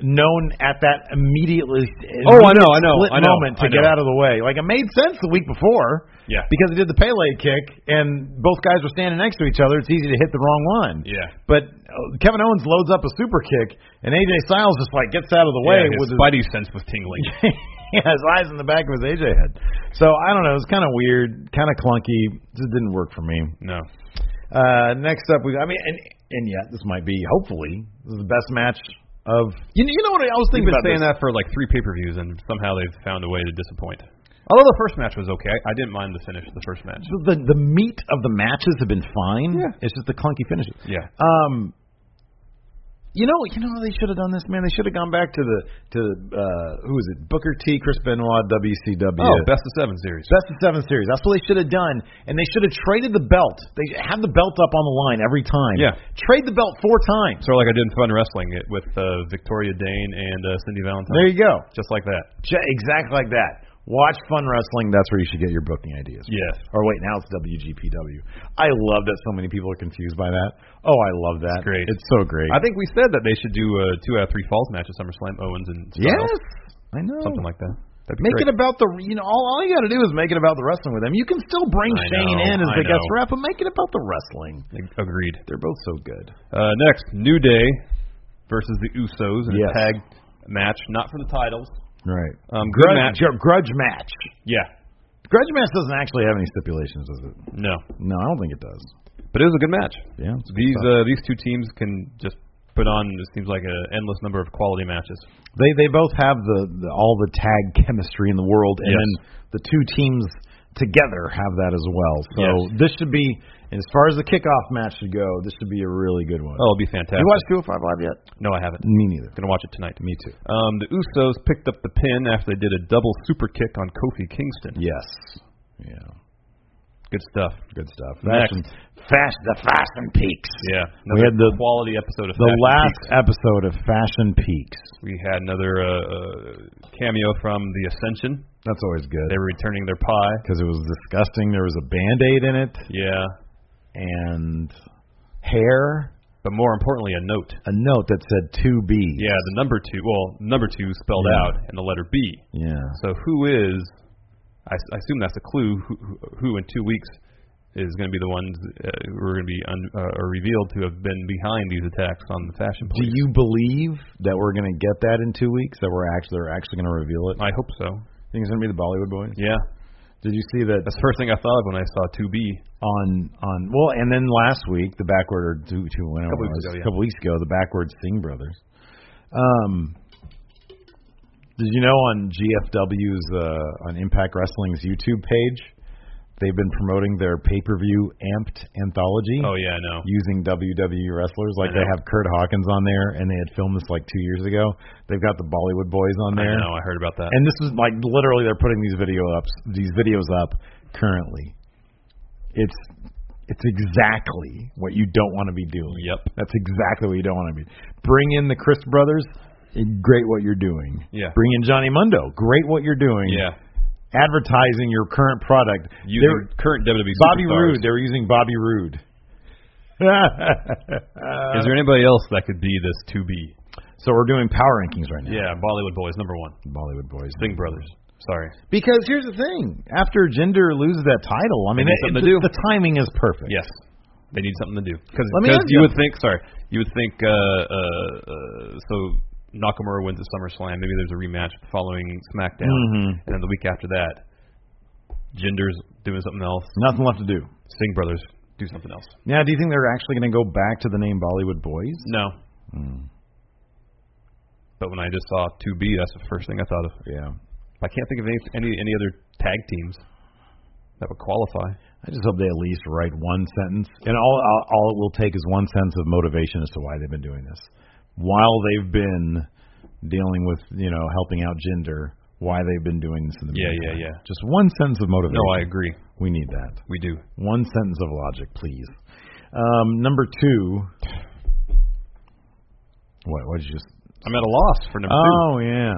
Speaker 1: known at that immediately?
Speaker 2: Oh, I know, I know,
Speaker 1: split
Speaker 2: I know,
Speaker 1: moment to
Speaker 2: I know.
Speaker 1: get out of the way. Like it made sense the week before.
Speaker 2: Yeah.
Speaker 1: Because he did the Pele kick, and both guys were standing next to each other. It's easy to hit the wrong one.
Speaker 2: Yeah.
Speaker 1: But uh, Kevin Owens loads up a super kick, and AJ Styles just like gets out of the way
Speaker 2: yeah, his
Speaker 1: with his <laughs>
Speaker 2: Spidey sense was tingling.
Speaker 1: he has eyes in the back of his AJ head. So I don't know. It's kind of weird, kind of clunky. Just didn't work for me.
Speaker 2: No.
Speaker 1: Uh, next up, we I mean, and and yeah, this might be hopefully this is the best match of. You, you know what I was
Speaker 2: They've
Speaker 1: thinking about
Speaker 2: been saying
Speaker 1: this.
Speaker 2: that for like three pay per views, and somehow they've found a way to disappoint. Although the first match was okay, I didn't mind the finish of the first match.
Speaker 1: uh, The the meat of the matches have been fine.
Speaker 2: Yeah.
Speaker 1: It's just the clunky finishes.
Speaker 2: Yeah.
Speaker 1: Um, you know, you know, how they should have done this, man. They should have gone back to the to uh, who is it? Booker T, Chris Benoit, WCW.
Speaker 2: Oh, best of seven series.
Speaker 1: Best of seven series. That's what they should have done, and they should have traded the belt. They had the belt up on the line every time.
Speaker 2: Yeah.
Speaker 1: trade the belt four times.
Speaker 2: Sort of like I did in Fun Wrestling it with uh, Victoria Dane and uh, Cindy Valentine.
Speaker 1: There you go.
Speaker 2: Just like that.
Speaker 1: J- exactly like that. Watch Fun Wrestling. That's where you should get your booking ideas.
Speaker 2: Yes.
Speaker 1: Or wait, now it's WGPW. I love that so many people are confused by that. Oh, I love that.
Speaker 2: It's great.
Speaker 1: It's so great.
Speaker 2: I think we said that they should do a two out of three falls match at SummerSlam. Owens and Styles.
Speaker 1: yes. I know.
Speaker 2: something like that. That'd be
Speaker 1: Make it
Speaker 2: great.
Speaker 1: about the you know all, all you got to do is make it about the wrestling with them. You can still bring
Speaker 2: I
Speaker 1: Shane
Speaker 2: know,
Speaker 1: in as the
Speaker 2: I
Speaker 1: guest
Speaker 2: know.
Speaker 1: rep, but make it about the wrestling.
Speaker 2: Ag- Agreed.
Speaker 1: They're both so good.
Speaker 2: Uh, next, New Day versus the Usos in
Speaker 1: Yes.
Speaker 2: a tag match, not for the titles.
Speaker 1: Right.
Speaker 2: Um, good
Speaker 1: Grudge,
Speaker 2: match.
Speaker 1: ju- grudge match.
Speaker 2: Yeah.
Speaker 1: Grudge match doesn't actually have any stipulations, does it?
Speaker 2: No.
Speaker 1: No, I don't think it does.
Speaker 2: But it was a good match.
Speaker 1: Yeah. it's good
Speaker 2: These
Speaker 1: stuff.
Speaker 2: uh, these two teams can just put on it seems like an endless number of quality matches. Oh,
Speaker 1: They they both have the, the all the tag chemistry in the world, and
Speaker 2: Yes.
Speaker 1: then the two teams together have that as well. So
Speaker 2: Yes.
Speaker 1: this should be, as far as the kickoff match should go, this should be a really good one.
Speaker 2: Oh, it'll be fantastic.
Speaker 1: you watched 205 Live yet?
Speaker 2: no, I haven't.
Speaker 1: Me neither.
Speaker 2: Gonna watch it tonight.
Speaker 1: Me too.
Speaker 2: Um, the Usos picked up the pin after they did a double super kick on Kofi Kingston.
Speaker 1: Yes. Yeah.
Speaker 2: Good stuff.
Speaker 1: Good stuff.
Speaker 2: Next.
Speaker 1: Fashion, fast the fashion peaks.
Speaker 2: Yeah.
Speaker 1: We had the-
Speaker 2: quality episode of
Speaker 1: The
Speaker 2: Fashion
Speaker 1: last
Speaker 2: Peaks.
Speaker 1: episode of Fashion Peaks.
Speaker 2: We had another uh, uh, cameo from The Ascension.
Speaker 1: That's always good
Speaker 2: They were returning their pie.
Speaker 1: because it was disgusting. There was a band aid in it
Speaker 2: Yeah.
Speaker 1: and hair.
Speaker 2: But more importantly, a note.
Speaker 1: A note that said to be.
Speaker 2: Yeah, the number two. Well, number two spelled
Speaker 1: Yeah.
Speaker 2: out and the letter B.
Speaker 1: Yeah.
Speaker 2: So who is? I, s- I assume that's a clue. Who, who- who in two weeks is going to be the ones uh, who are going to be un, uh, are revealed to have been behind these attacks on the fashion
Speaker 1: Do
Speaker 2: police?
Speaker 1: you believe that we're going to get that in two weeks? That we're actually they're actually going to reveal it?
Speaker 2: I hope so.
Speaker 1: think it's going to be the Bollywood boys.
Speaker 2: Yeah,
Speaker 1: Did you see that
Speaker 2: that's the first thing I thought of when I saw Two B.
Speaker 1: on on well? And then last week the backward or two two whenever it
Speaker 2: Couple weeks
Speaker 1: was,
Speaker 2: ago, yeah.
Speaker 1: couple weeks ago the backward Singh brothers. Um, did you know on GFW's uh, on Impact Wrestling's YouTube page they've been promoting their pay per view Amped anthology?
Speaker 2: Oh yeah, I know.
Speaker 1: using WWE wrestlers. Like
Speaker 2: I
Speaker 1: they
Speaker 2: know.
Speaker 1: have Kurt Hawkins on there, and they had filmed this like two years ago. They've got the Bollywood Boys on
Speaker 2: I
Speaker 1: there,
Speaker 2: know. I heard about that.
Speaker 1: and this is like literally they're putting these video ups, these videos up currently. It's it's exactly what you don't want to be doing.
Speaker 2: Yep.
Speaker 1: That's exactly what you don't want to be. Bring in the Chris brothers. Great what you're doing.
Speaker 2: Yeah.
Speaker 1: Bring in Johnny Mundo. Great what you're doing.
Speaker 2: yeah,
Speaker 1: Advertising your current product.
Speaker 2: using
Speaker 1: They're-
Speaker 2: current WWE
Speaker 1: Bobby
Speaker 2: superstars.
Speaker 1: Roode. They were using Bobby
Speaker 2: <laughs>
Speaker 1: Roode. uh,
Speaker 2: Is there anybody else that could be this Two B?
Speaker 1: so we're doing power rankings right now.
Speaker 2: Yeah, Bollywood Boys number one.
Speaker 1: Bollywood boys.
Speaker 2: Singh Brothers. Sorry.
Speaker 1: Because here's the thing: after Jinder loses that title, I mean,
Speaker 2: need
Speaker 1: it-
Speaker 2: something to
Speaker 1: the,
Speaker 2: do.
Speaker 1: the timing is perfect.
Speaker 2: Yes. They need something to do because
Speaker 1: Let me ask
Speaker 2: you
Speaker 1: you-
Speaker 2: would think sorry you would think uh, uh, uh, so Nakamura wins at SummerSlam maybe there's a rematch following SmackDown
Speaker 1: Mhm.
Speaker 2: and then the week after that Jinder's doing something else
Speaker 1: Nothing left to do.
Speaker 2: Singh Brothers do something else
Speaker 1: Now, do you think they're actually going to go back to the name Bollywood Boys?
Speaker 2: no but when I just saw 2B that's the first thing I thought of
Speaker 1: Yeah.
Speaker 2: I can't think of any any, any other tag teams that would qualify
Speaker 1: I just hope they at least write one sentence, and all all, all it will take is one sentence of motivation as to why they've been doing this. While they've been dealing with, you know, helping out gender, why they've been doing this in the
Speaker 2: Yeah,
Speaker 1: meantime.
Speaker 2: yeah, yeah.
Speaker 1: Just one sentence of motivation.
Speaker 2: no I agree
Speaker 1: we need that.
Speaker 2: we do
Speaker 1: One sentence of logic, please. Um, number two. What? What did you? Just,
Speaker 2: I'm at a loss for number two
Speaker 1: oh yeah.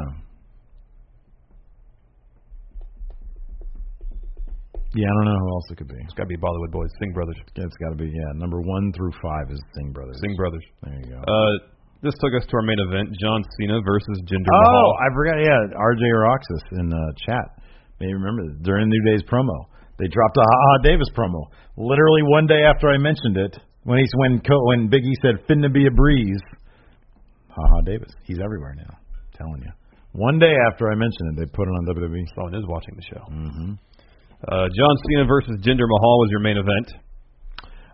Speaker 1: Yeah, I don't know who else it could be.
Speaker 2: it's got to be Bollywood Boys Singh Brothers
Speaker 1: It's got to be yeah. Number one through five is Singh Brothers.
Speaker 2: Singh Brothers
Speaker 1: There you go.
Speaker 2: Uh, this took us to our main event: John Cena versus Jinder
Speaker 1: oh,
Speaker 2: Mahal.
Speaker 1: I forgot. Yeah, R.J. Roxas in uh, chat. May remember this. during New Day's promo, they dropped a Ha Ha Davis promo. Literally one day after I mentioned it, when he's when Co- when E Biggie said "Finna be a breeze," Ha Ha Davis. He's everywhere now. I'm telling you, One day after I mentioned it, they put it on E. WWE.
Speaker 2: Sloan is watching the show.
Speaker 1: Mm-hmm.
Speaker 2: Uh, John Cena versus Jinder Mahal was your main event.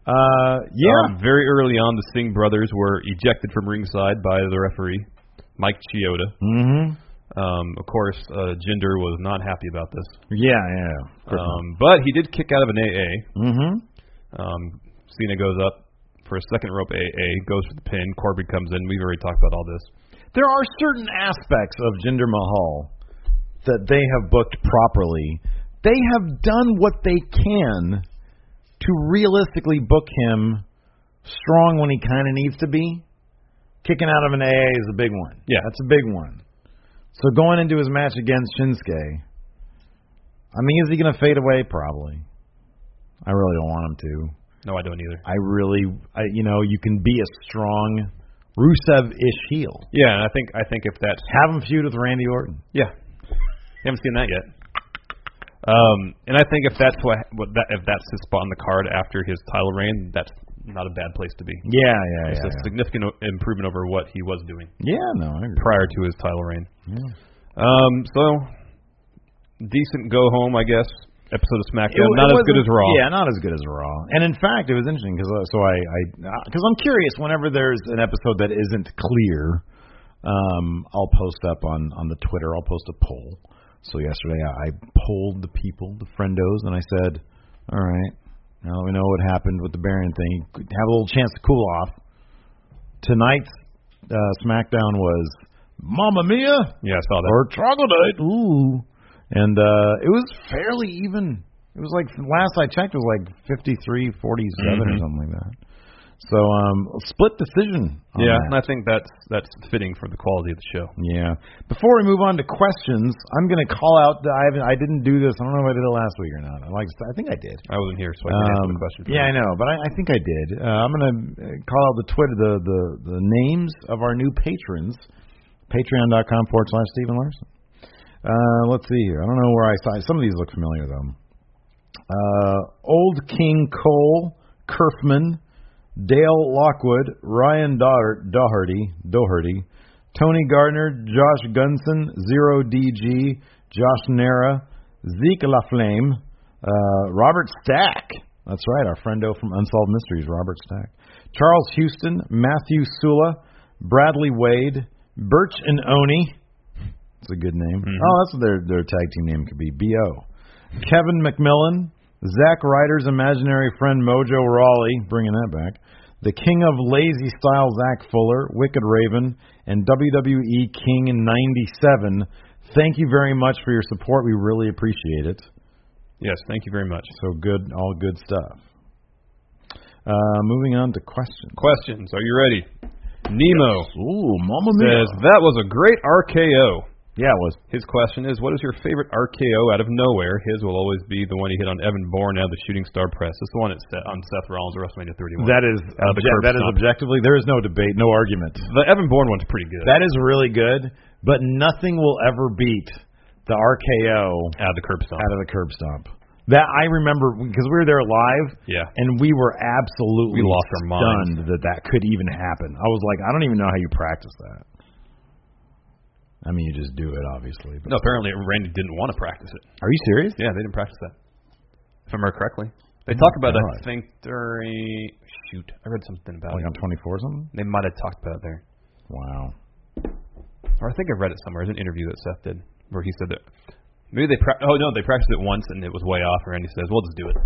Speaker 1: Uh, yeah.
Speaker 2: Um, very early on, the Singh brothers were ejected from ringside by the referee, Mike Chioda.
Speaker 1: mm-hmm.
Speaker 2: Um, of course, uh, Jinder was not happy about this,
Speaker 1: Yeah, yeah.
Speaker 2: um, but he did kick out of an AA.
Speaker 1: mm-hmm.
Speaker 2: Um, Cena goes up for a second rope AA, goes for the pin. Corbin comes in. We've already talked about all this.
Speaker 1: There are certain aspects of Jinder Mahal that they have booked properly. They have done what they can to realistically book him strong when he kind of needs to be. Kicking out of an AA is a big one.
Speaker 2: Yeah.
Speaker 1: That's a big one. So going into his match against Shinsuke, I mean, is he going to fade away? Probably. I really don't want him to.
Speaker 2: No, I don't either.
Speaker 1: I really, I, you know, you can be a strong Rusev-ish heel.
Speaker 2: Yeah, and I think I think if that's
Speaker 1: Have him feud with Randy Orton.
Speaker 2: yeah, you haven't seen that yet. Um, and I think if that's what, what that, if that's his spot on the card after his title reign, that's not a bad place to be.
Speaker 1: Yeah, yeah,
Speaker 2: It's
Speaker 1: yeah.
Speaker 2: a significant o- improvement over what he was doing
Speaker 1: Yeah, Yeah, no, I agree.
Speaker 2: prior to his title reign. Um, so decent go home, I guess. Episode of SmackDown,
Speaker 1: It-
Speaker 2: not
Speaker 1: it
Speaker 2: as good as
Speaker 1: wasn't-
Speaker 2: Raw.
Speaker 1: Yeah, not as good as Raw. And in fact, it was interesting because so I because I'm curious. Whenever there's an episode that isn't clear, um, I'll post up on on the Twitter. I'll post a poll. So yesterday I, I polled the people, the friendos, and I said, "All right, now that we know what happened with the Baron thing, have a little chance to cool off." Tonight's uh, SmackDown was Mamma Mia.
Speaker 2: Yeah, I saw that.
Speaker 1: or troglodyte. Ooh. And uh it was fairly even. It was like last I checked it was like 53 47 or
Speaker 2: Mhm.
Speaker 1: something like that. So um split decision. on
Speaker 2: yeah, and
Speaker 1: that.
Speaker 2: I think that's that's fitting for the quality of the show.
Speaker 1: Yeah. Before we move on to questions, I'm going to call out that I haven't I didn't do this. I don't know if I did it last week or not. I like I think I did.
Speaker 2: I wasn't here, so I can't answer
Speaker 1: Um,
Speaker 2: the question. for
Speaker 1: yeah, I
Speaker 2: you.
Speaker 1: know, but I, I think I did. Uh, I'm going to call out the Twitter, the, the the names of our new patrons. Patreon.com forward slash Stephen Larson. Uh, let's see here. I don't know where I saw some of these look familiar though. Uh, Old King Cole Kerfman, Dale Lockwood, Ryan Doher- Doherty, Doherty, Tony Gardner, Josh Gunson, Zero DG, Josh Nera, Zeke LaFlame, uh, Robert Stack. That's right, our friendo from Unsolved Mysteries, Robert Stack. Charles Houston, Matthew Sula, Bradley Wade, Birch and Oni. It's a good name. Oh, that's what their their tag team name could be. Bo. Kevin McMillan, Zach Ryder's imaginary friend Mojo Rawley, bringing that back. The King of Lazy Style, Zach Fuller, Wicked Raven, and WWE King in '97. Thank you very much for your support. We really appreciate it.
Speaker 2: Yes, thank you very much.
Speaker 1: So good, all good stuff. Uh, moving on to questions.
Speaker 2: Questions? Are you ready? Nemo
Speaker 1: Ooh, Mamma
Speaker 2: says that was a great RKO.
Speaker 1: Yeah, it was.
Speaker 2: His question is, what is your favorite RKO out of nowhere? His will always be the one he hit on Evan Bourne out of the Shooting Star Press. It's the one at Seth, on Seth Rollins at WrestleMania 31.
Speaker 1: That is
Speaker 2: Uh, the curb
Speaker 1: that is
Speaker 2: stomp.
Speaker 1: objectively. There is no debate, no argument.
Speaker 2: the Evan Bourne one's pretty good.
Speaker 1: That is really good, but nothing will ever beat the RKO
Speaker 2: out of the curb stomp.
Speaker 1: out of the curb stomp. That I remember because we were there live,
Speaker 2: Yeah.
Speaker 1: and we were absolutely
Speaker 2: We lost our minds.
Speaker 1: stunned that that could even happen. I was like, I don't even know how you practice that. I mean, you just do it, obviously. But
Speaker 2: No, apparently Randy didn't want to practice it.
Speaker 1: Are you serious?
Speaker 2: Yeah, they didn't practice that. If I remember correctly, they talked about it. I
Speaker 1: God.
Speaker 2: think during shoot, I read something about
Speaker 1: Like
Speaker 2: it.
Speaker 1: on 24 or something?
Speaker 2: They might have talked about it there,
Speaker 1: Wow.
Speaker 2: or I think I read it somewhere. It was an interview that Seth did where he said that maybe they pra- oh no they practiced it once and it was way off. And Randy says, "We'll just do it."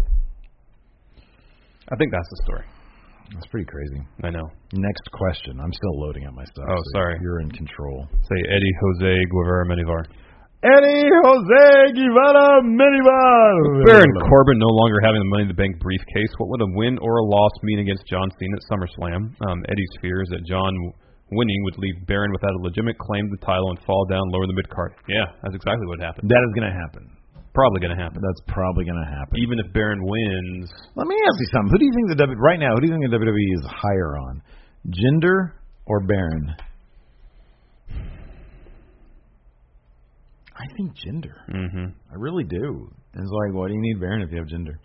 Speaker 2: I think that's the story.
Speaker 1: That's pretty crazy.
Speaker 2: I know.
Speaker 1: Next question. I'm still loading up my stuff.
Speaker 2: Oh,
Speaker 1: so
Speaker 2: sorry.
Speaker 1: You're in control.
Speaker 2: Say Eddie Jose Guevara Menivar.
Speaker 1: Eddie Jose Guevara Minivan.
Speaker 2: Baron Corbin no longer having the Money in the Bank briefcase. What would a win or a loss mean against John Cena at SummerSlam? Um, Eddie's fear is that John winning would leave Baron without a legitimate claim to the title and fall down lower in the mid card. Yeah, that's exactly what happened.
Speaker 1: That is going to happen.
Speaker 2: Probably going to happen.
Speaker 1: That's probably going to happen.
Speaker 2: Even if Baron wins,
Speaker 1: Let me ask you something. Who do you think the W right now? Who do you think the WWE is higher on, Gender or Baron? I think Gender.
Speaker 2: mm-hmm.
Speaker 1: I really do. And It's like, why do you need Baron if you have Gender?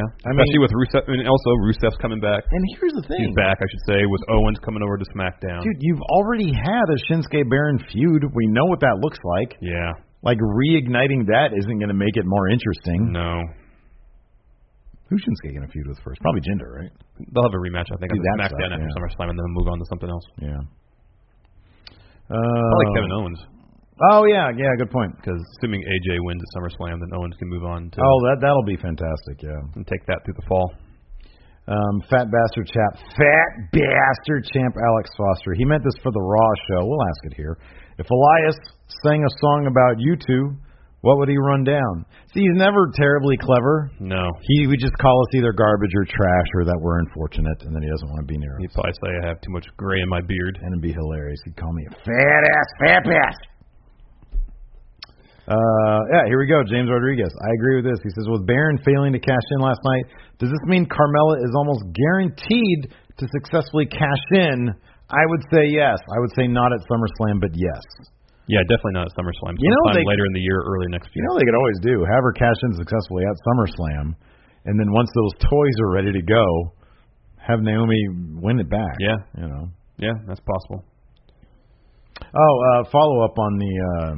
Speaker 1: I mean-
Speaker 2: especially with Rusev, and also Rusev's coming back.
Speaker 1: And here's the thing.
Speaker 2: He's back, I should say, with Owens coming over to SmackDown.
Speaker 1: Dude, you've already had a Shinsuke Baron feud. We know what that looks like.
Speaker 2: Yeah,
Speaker 1: Like reigniting that isn't going to make it more interesting.
Speaker 2: no,
Speaker 1: Who's Shinsuke going to feud with first? Probably Jinder, right?
Speaker 2: they'll have a rematch. I think
Speaker 1: Dude,
Speaker 2: after
Speaker 1: that sucks,
Speaker 2: SmackDown after
Speaker 1: yeah.
Speaker 2: SummerSlam, and then move on to something else.
Speaker 1: Yeah. Uh,
Speaker 2: Probably Kevin Owens,
Speaker 1: Oh yeah, yeah. Good point.
Speaker 2: because assuming AJ wins at SummerSlam, then Owens can move on to
Speaker 1: Oh, that that'll be fantastic. Yeah.
Speaker 2: and take that through the fall.
Speaker 1: Um, fat bastard chap, fat bastard champ Alex Foster. He meant this for the Raw show. We'll ask it here. If Elias sang a song about you two, what would he run down? See, he's never terribly clever.
Speaker 2: No,
Speaker 1: He would just call us either garbage or trash or that we're unfortunate, and then he doesn't want to be near us.
Speaker 2: he'd probably say I have too much gray in my beard.
Speaker 1: And it'd be hilarious. He'd call me a fat ass, fat ass. Uh, yeah, here we go. James Rodriguez. I agree with this. He says, with Baron failing to cash in last night, does this mean Carmella is almost guaranteed to successfully cash in? I would say yes. I would say not at SummerSlam, but yes.
Speaker 2: Yeah, definitely not at SummerSlam.
Speaker 1: You know,
Speaker 2: Sometime
Speaker 1: they-
Speaker 2: later in the year, early next
Speaker 1: You
Speaker 2: year.
Speaker 1: know they could always do. Have her cash in successfully at SummerSlam, and then once those toys are ready to go, have Naomi win it back.
Speaker 2: Yeah.
Speaker 1: You know.
Speaker 2: yeah, that's possible.
Speaker 1: Oh, uh, follow up on the uh,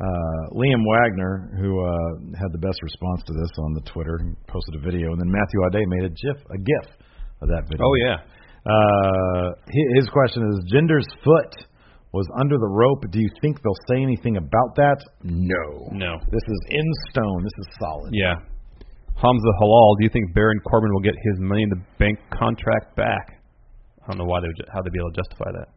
Speaker 1: uh, Liam Wagner, who uh, had the best response to this on the Twitter, and posted a video, and then Matthew Audet made a gif, a gif of that video.
Speaker 2: Oh yeah,
Speaker 1: Uh, hi- his question is: Gender's foot was under the rope. Do you think they'll say anything about that? No.
Speaker 2: no,
Speaker 1: This is in stone. This is solid.
Speaker 2: yeah. Hamza Halal, do you think Baron Corbin will get his Money in the Bank contract back? I don't know why they would ju- how they'd be able to justify that.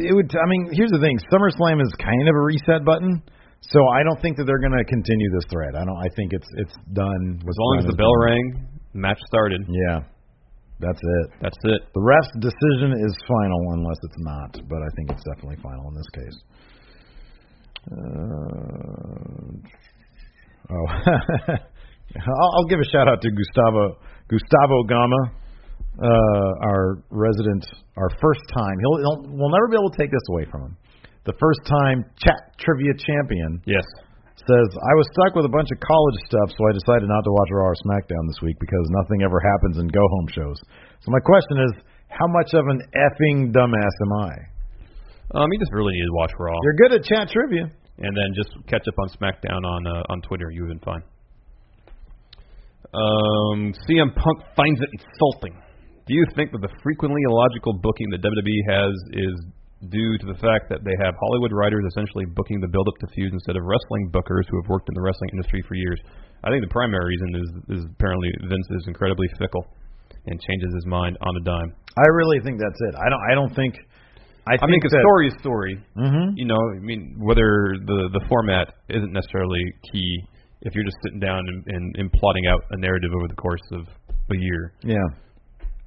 Speaker 1: It would. I mean, here's the thing: SummerSlam is kind of a reset button. So I don't think that they're going to continue this thread. I don't. I think it's it's done.
Speaker 2: As long as the bell rang, match started.
Speaker 1: Yeah, that's it.
Speaker 2: That's it.
Speaker 1: The ref's decision is final unless it's not, but I think it's definitely final in this case. Uh, oh, <laughs> I'll, I'll give a shout out to Gustavo Gustavo Gama, uh, our resident, our first time. He'll, he'll we'll never be able to take this away from him. The first time chat trivia champion
Speaker 2: Yes.
Speaker 1: says, I was stuck with a bunch of college stuff, so I decided not to watch Raw or SmackDown this week because nothing ever happens in go home shows. So my question is, how much of an effing dumbass am I?
Speaker 2: Um, you just really need to watch Raw,
Speaker 1: You're good at chat trivia.
Speaker 2: and then just catch up on SmackDown on uh, on Twitter. You've been fine. Um, CM Punk finds it insulting. Do you think that the frequently illogical booking that WWE has is due to the fact that they have Hollywood writers essentially booking the build up to feuds instead of wrestling bookers who have worked in the wrestling industry for years? I think the primary reason is is apparently Vince is incredibly fickle and changes his mind on a dime.
Speaker 1: I really think that's it. I don't. I don't think. I,
Speaker 2: I
Speaker 1: think
Speaker 2: mean, 'cause
Speaker 1: that,
Speaker 2: story is story.
Speaker 1: Mhm.
Speaker 2: You know, I mean, whether the the format isn't necessarily key if you're just sitting down and, and, and plotting out a narrative over the course of a year.
Speaker 1: Yeah.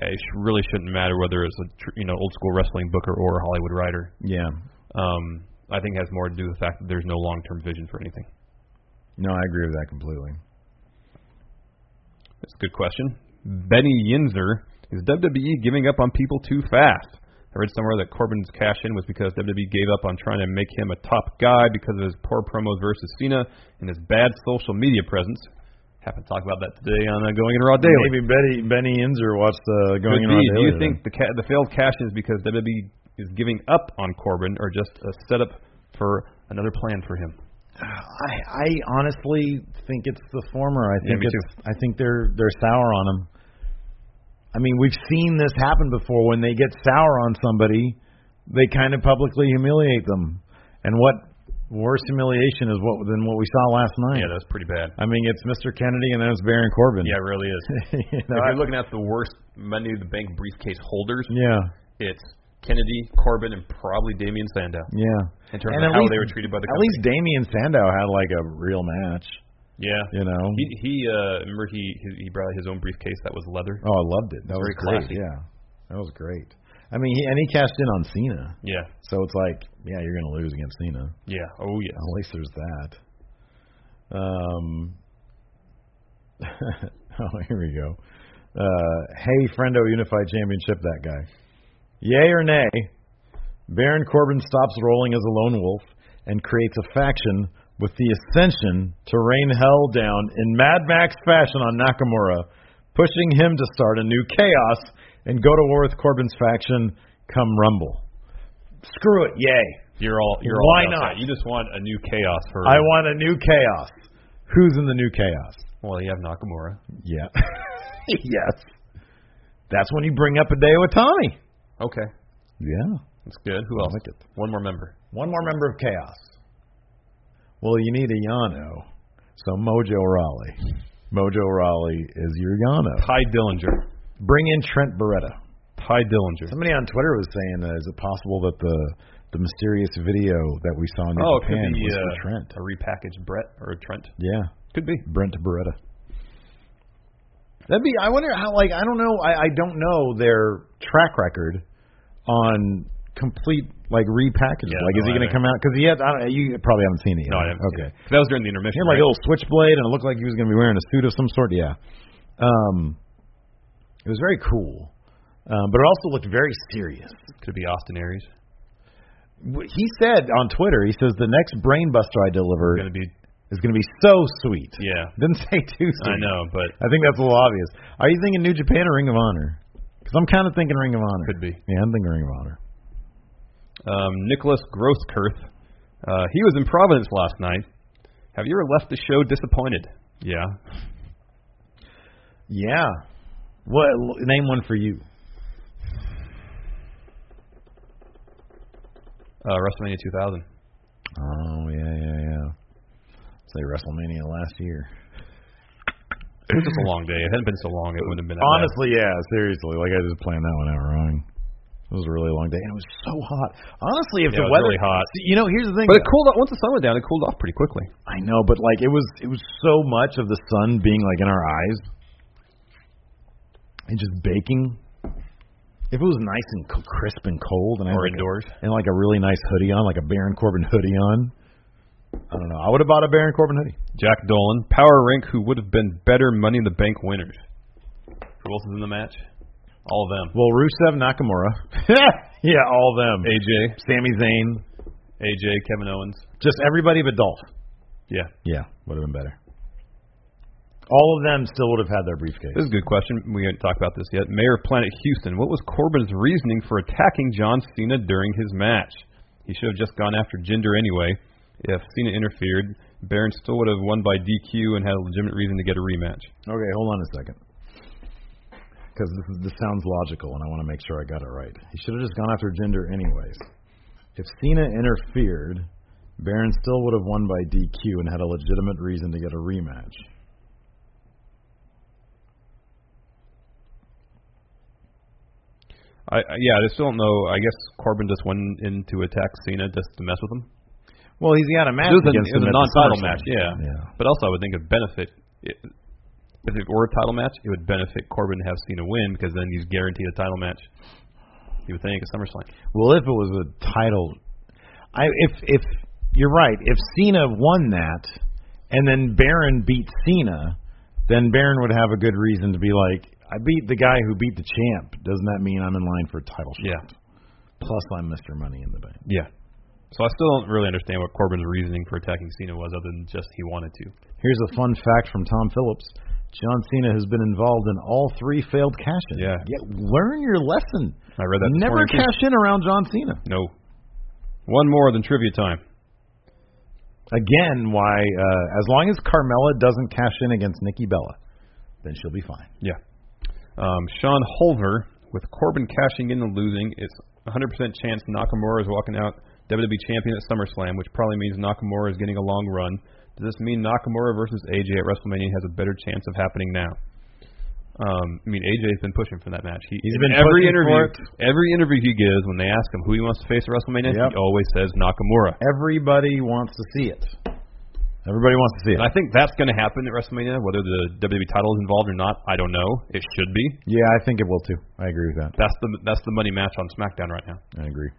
Speaker 2: It sh- really shouldn't matter whether it's a tr- you know old school wrestling booker or a Hollywood writer.
Speaker 1: Yeah.
Speaker 2: Um, I think it has more to do with the fact that there's no long term vision for anything.
Speaker 1: No, I agree with that completely.
Speaker 2: That's a good question. Benny Yinzer is WWE giving up on people too fast? I read somewhere that Corbin's cash in was because WWE gave up on trying to make him a top guy because of his poor promos versus Cena and his bad social media presence. Happen to talk about that today on uh, Going in Raw Daily.
Speaker 1: Maybe Betty Benny Inzer watched the
Speaker 2: Could
Speaker 1: going on.
Speaker 2: be.
Speaker 1: Daily
Speaker 2: Do you
Speaker 1: then.
Speaker 2: think the ca- the failed cash in is because WWE is giving up on Corbin or just a setup for another plan for him?
Speaker 1: I, I honestly think it's the former. I
Speaker 2: Yeah,
Speaker 1: think
Speaker 2: me
Speaker 1: it's I think they're they're sour on him. I mean, we've seen this happen before when they get sour on somebody, they kind of publicly humiliate them. And what worse humiliation is what than what we saw last night.
Speaker 2: Yeah, that's pretty bad.
Speaker 1: I mean, it's Mr. Kennedy and then it's Baron Corbin.
Speaker 2: Yeah, it really is.
Speaker 1: <laughs> You know,
Speaker 2: if
Speaker 1: I-
Speaker 2: you're looking at the worst Money in the Bank briefcase holders,
Speaker 1: yeah,
Speaker 2: it's Kennedy, Corbin, and probably Damian Sandow
Speaker 1: yeah.
Speaker 2: in terms
Speaker 1: And
Speaker 2: of
Speaker 1: at
Speaker 2: how
Speaker 1: least-
Speaker 2: they were treated by the
Speaker 1: At
Speaker 2: company.
Speaker 1: least Damien Sandow had like a real match,
Speaker 2: yeah.
Speaker 1: you know.
Speaker 2: He he uh, remember he he he brought out his own briefcase that was leather.
Speaker 1: oh, I loved it. That was
Speaker 2: Very
Speaker 1: great.
Speaker 2: classy.
Speaker 1: Yeah. That was great. I mean, he and he cashed in on Cena.
Speaker 2: Yeah,
Speaker 1: So it's like, yeah, you're going to lose against Cena.
Speaker 2: yeah, oh yeah.
Speaker 1: At least there's that. Um, <laughs> oh, here we go. Uh, hey, friendo, unified championship, that guy. Yay or nay? Baron Corbin stops rolling as a lone wolf and creates a faction with the ascension to rain hell down in Mad Max fashion on Nakamura, pushing him to start a new chaos and go to war with Corbin's faction come Rumble. Screw it, yay.
Speaker 2: You're all. You're
Speaker 1: Why
Speaker 2: all about
Speaker 1: not?
Speaker 2: that. You just want a new chaos for.
Speaker 1: I want a new chaos. Who's in the new chaos?
Speaker 2: Well, you have Nakamura.
Speaker 1: Yeah. <laughs> yes. That's when you bring up a day with Tommy.
Speaker 2: Okay,
Speaker 1: Yeah.
Speaker 2: that's good. Who
Speaker 1: I
Speaker 2: else?
Speaker 1: like it.
Speaker 2: One more member.
Speaker 1: One more member of Chaos. Well, you need a Yano. So Mojo Raleigh. Mojo Raleigh is your Yano.
Speaker 2: Ty Dillinger.
Speaker 1: Bring in Trent Beretta.
Speaker 2: Ty Dillinger.
Speaker 1: Somebody on Twitter was saying, uh, is it possible that the the mysterious video that we saw in New
Speaker 2: Oh, it could
Speaker 1: Japan
Speaker 2: be
Speaker 1: was
Speaker 2: uh,
Speaker 1: for Trent?
Speaker 2: a repackaged Brett or Trent.
Speaker 1: Yeah.
Speaker 2: Could be.
Speaker 1: Brent Beretta. That'd be. I wonder how. Like, I don't know. I, I don't know their track record on complete like repackages.
Speaker 2: Yeah,
Speaker 1: like, is
Speaker 2: no,
Speaker 1: he
Speaker 2: I
Speaker 1: going to
Speaker 2: don't-
Speaker 1: come out? Because he had. I don't. You probably haven't seen it. Yet.
Speaker 2: No, I didn't.
Speaker 1: Okay.
Speaker 2: That was during the
Speaker 1: He
Speaker 2: intermission.
Speaker 1: had like a
Speaker 2: right?
Speaker 1: little switchblade, and it looked like he was going to be wearing a suit of some sort. Yeah. Um, it was very cool, um, but it also looked very serious.
Speaker 2: Could be Austin Aries.
Speaker 1: W- He said on Twitter, he says the next brainbuster I deliver
Speaker 2: Going to be.
Speaker 1: is going to be so sweet.
Speaker 2: Yeah.
Speaker 1: <laughs> Didn't say too sweet.
Speaker 2: I know, but
Speaker 1: I think that's a little obvious. Are you thinking New Japan or Ring of Honor? Because I'm kind of thinking Ring of Honor.
Speaker 2: could be.
Speaker 1: Yeah, I'm thinking Ring of Honor.
Speaker 2: Um, Nicholas Grosskirth. Uh, he was in Providence last night. Have you ever left the show disappointed? Yeah.
Speaker 1: Yeah. What? Name one for you.
Speaker 2: Uh, WrestleMania 2000.
Speaker 1: Oh yeah, yeah, yeah. Say WrestleMania last year.
Speaker 2: It was just a long day. It hadn't been so long. It wouldn't have been. that bad.
Speaker 1: Honestly, yeah, seriously. Like I just planned that one out wrong. It was a really long day, and it was so hot. Honestly, if
Speaker 2: Yeah,
Speaker 1: the
Speaker 2: it was
Speaker 1: weather,
Speaker 2: really hot.
Speaker 1: See, you know, here's the thing.
Speaker 2: But it cooled off. Once the sun went down, it cooled off pretty quickly.
Speaker 1: I know, but like it was, it was so much of the sun being like in our eyes and just baking. If it was nice and co- crisp and cold, and I had, like,
Speaker 2: Or
Speaker 1: a-
Speaker 2: indoors.
Speaker 1: and like a really nice hoodie on, like a Baron Corbin hoodie on, I don't know. I would have bought a Baron Corbin hoodie.
Speaker 2: Jack Dolan, Power Rank, who would have been better Money in the Bank winners. Who else is in the match? All of them.
Speaker 1: Well, Rusev, Nakamura, <laughs> yeah, all them.
Speaker 2: AJ,
Speaker 1: Sami Zayn,
Speaker 2: AJ, Kevin Owens.
Speaker 1: just everybody but Dolph.
Speaker 2: Yeah.
Speaker 1: Yeah, would have been better. All of them still would have had their briefcase.
Speaker 2: This is a good question. We haven't talked about this yet. Mayor of Planet Houston, what was Corbin's reasoning for attacking John Cena during his match? He should have just gone after Jinder anyway. If Cena interfered, Baron still would have won by DQ and had a legitimate reason to get a rematch.
Speaker 1: Okay, hold on a second. Because this, is- this sounds logical, and I want to make sure I got it right. He should have just gone after Jinder anyways. If Cena interfered, Baron still would have won by DQ and had a legitimate reason to get a rematch.
Speaker 2: I, I yeah, I just don't know. I guess Corbin just went in to attack Cena just to mess with him.
Speaker 1: Well, he's got a match
Speaker 2: It was a,
Speaker 1: against
Speaker 2: it
Speaker 1: him
Speaker 2: was a
Speaker 1: at the
Speaker 2: non-title
Speaker 1: SummerSlam.
Speaker 2: match, yeah.
Speaker 1: Yeah.
Speaker 2: But also, I would think it would benefit it, if it were a title match, it would benefit Corbin to have Cena win because then he's guaranteed a title match. You would think at SummerSlam.
Speaker 1: Well, if it was a title, I if if you're right, if Cena won that, and then Baron beat Cena, then Baron would have a good reason to be like, I beat the guy who beat the champ. Doesn't that mean I'm in line for a title shot?
Speaker 2: Yeah,
Speaker 1: Plus, I'm Mr. Money in the Bank.
Speaker 2: yeah. So I still don't really understand what Corbin's reasoning for attacking Cena was, other than just he wanted to.
Speaker 1: Here's a fun fact from Tom Phillips. John Cena has been involved in all three failed cash-ins.
Speaker 2: Yeah.
Speaker 1: learn your lesson.
Speaker 2: I read that. this
Speaker 1: Never
Speaker 2: morning, too.
Speaker 1: cash in around John Cena.
Speaker 2: No. One more than trivia time.
Speaker 1: Again, why? Uh, as long as Carmella doesn't cash in against Nikki Bella, then she'll be fine.
Speaker 2: Yeah. Um, Sean Holver, with Corbin cashing in and losing, it's 100% chance Nakamura is walking out WWE champion at SummerSlam, which probably means Nakamura is getting a long run. Does this mean Nakamura versus AJ at WrestleMania has a better chance of happening now? Um, I mean, AJ's been pushing for that match. He,
Speaker 1: He's
Speaker 2: in
Speaker 1: been
Speaker 2: every
Speaker 1: pushing
Speaker 2: interview.
Speaker 1: for
Speaker 2: Every interview he gives, when they ask him who he wants to face at WrestleMania,
Speaker 1: Yep.
Speaker 2: he always says Nakamura.
Speaker 1: Everybody wants to see it. Everybody wants to see it.
Speaker 2: And I think that's going to happen at WrestleMania, whether the WWE title is involved or not. I don't know. It should be.
Speaker 1: yeah, I think it will too. I agree with that.
Speaker 2: That's the that's the money match on SmackDown right now.
Speaker 1: I agree.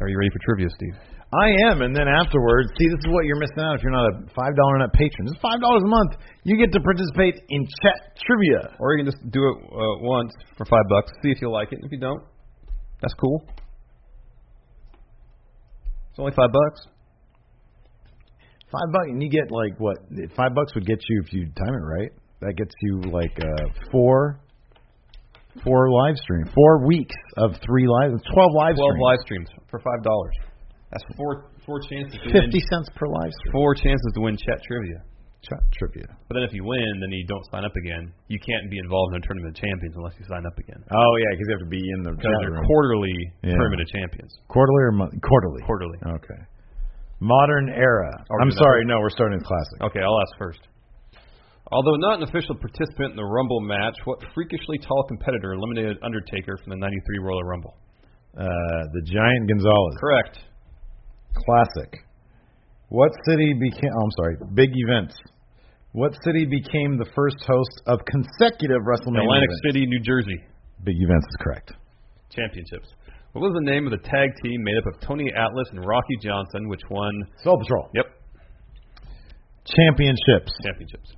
Speaker 2: Are you ready for trivia, Steve?
Speaker 1: I am, and then afterwards, see, this is what you're missing out if you're not a five dollar net patron. It's five dollars a month. You get to participate in chat trivia.
Speaker 2: Or you can just do it uh, once for five bucks, see if you like it. If you don't, that's cool. It's only five bucks.
Speaker 1: Five bucks, and you get like what? Five bucks would get you if you time it right. That gets you like uh, four, four live stream, four weeks of three live, twelve live
Speaker 2: Twelve
Speaker 1: streams,
Speaker 2: live streams for five dollars. That's four four chances. To
Speaker 1: fifty
Speaker 2: Win,
Speaker 1: cents per live stream.
Speaker 2: four chances to win chat trivia.
Speaker 1: Chat trivia.
Speaker 2: But then if you win, then you don't sign up again. You can't be involved in a tournament of champions unless you sign up again.
Speaker 1: Oh yeah, because you have to be in the
Speaker 2: Because
Speaker 1: chat
Speaker 2: they're
Speaker 1: room.
Speaker 2: quarterly
Speaker 1: Yeah.
Speaker 2: tournament of champions.
Speaker 1: quarterly or month- quarterly?
Speaker 2: Quarterly.
Speaker 1: Okay. Modern era.
Speaker 2: Are we
Speaker 1: I'm
Speaker 2: doing that
Speaker 1: sorry,
Speaker 2: first?
Speaker 1: no, we're starting with classic.
Speaker 2: Okay, I'll ask first. Although not an official participant in the Rumble match, what freakishly tall competitor eliminated Undertaker from the 93 Royal Rumble?
Speaker 1: Uh, the Giant Gonzalez.
Speaker 2: Correct.
Speaker 1: Classic. What city became? Oh, I'm sorry. Big events. What city became the first host of consecutive WrestleMania?
Speaker 2: Atlantic
Speaker 1: events?
Speaker 2: City, New Jersey.
Speaker 1: Big events is correct.
Speaker 2: Championships. What was the name of the tag team made up of Tony Atlas and Rocky Johnson, which won?
Speaker 1: Soul Patrol.
Speaker 2: Yep,
Speaker 1: Championships.
Speaker 2: championships.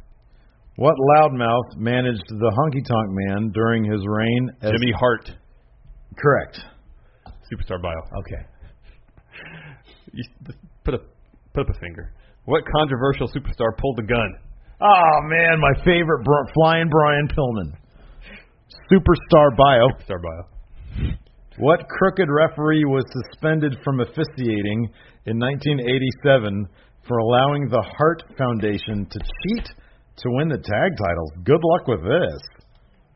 Speaker 1: What loudmouth managed the Honky Tonk Man during his reign? As
Speaker 2: Jimmy Hart,
Speaker 1: Correct.
Speaker 2: superstar bio.
Speaker 1: Okay.
Speaker 2: You just put up, put up a finger. What controversial superstar pulled the gun?
Speaker 1: Oh man, my favorite Br- flying Brian Pillman. Superstar bio.
Speaker 2: Superstar bio.
Speaker 1: What crooked referee was suspended from officiating in 1987 for allowing the Hart Foundation to cheat to win the tag titles? Good luck with this.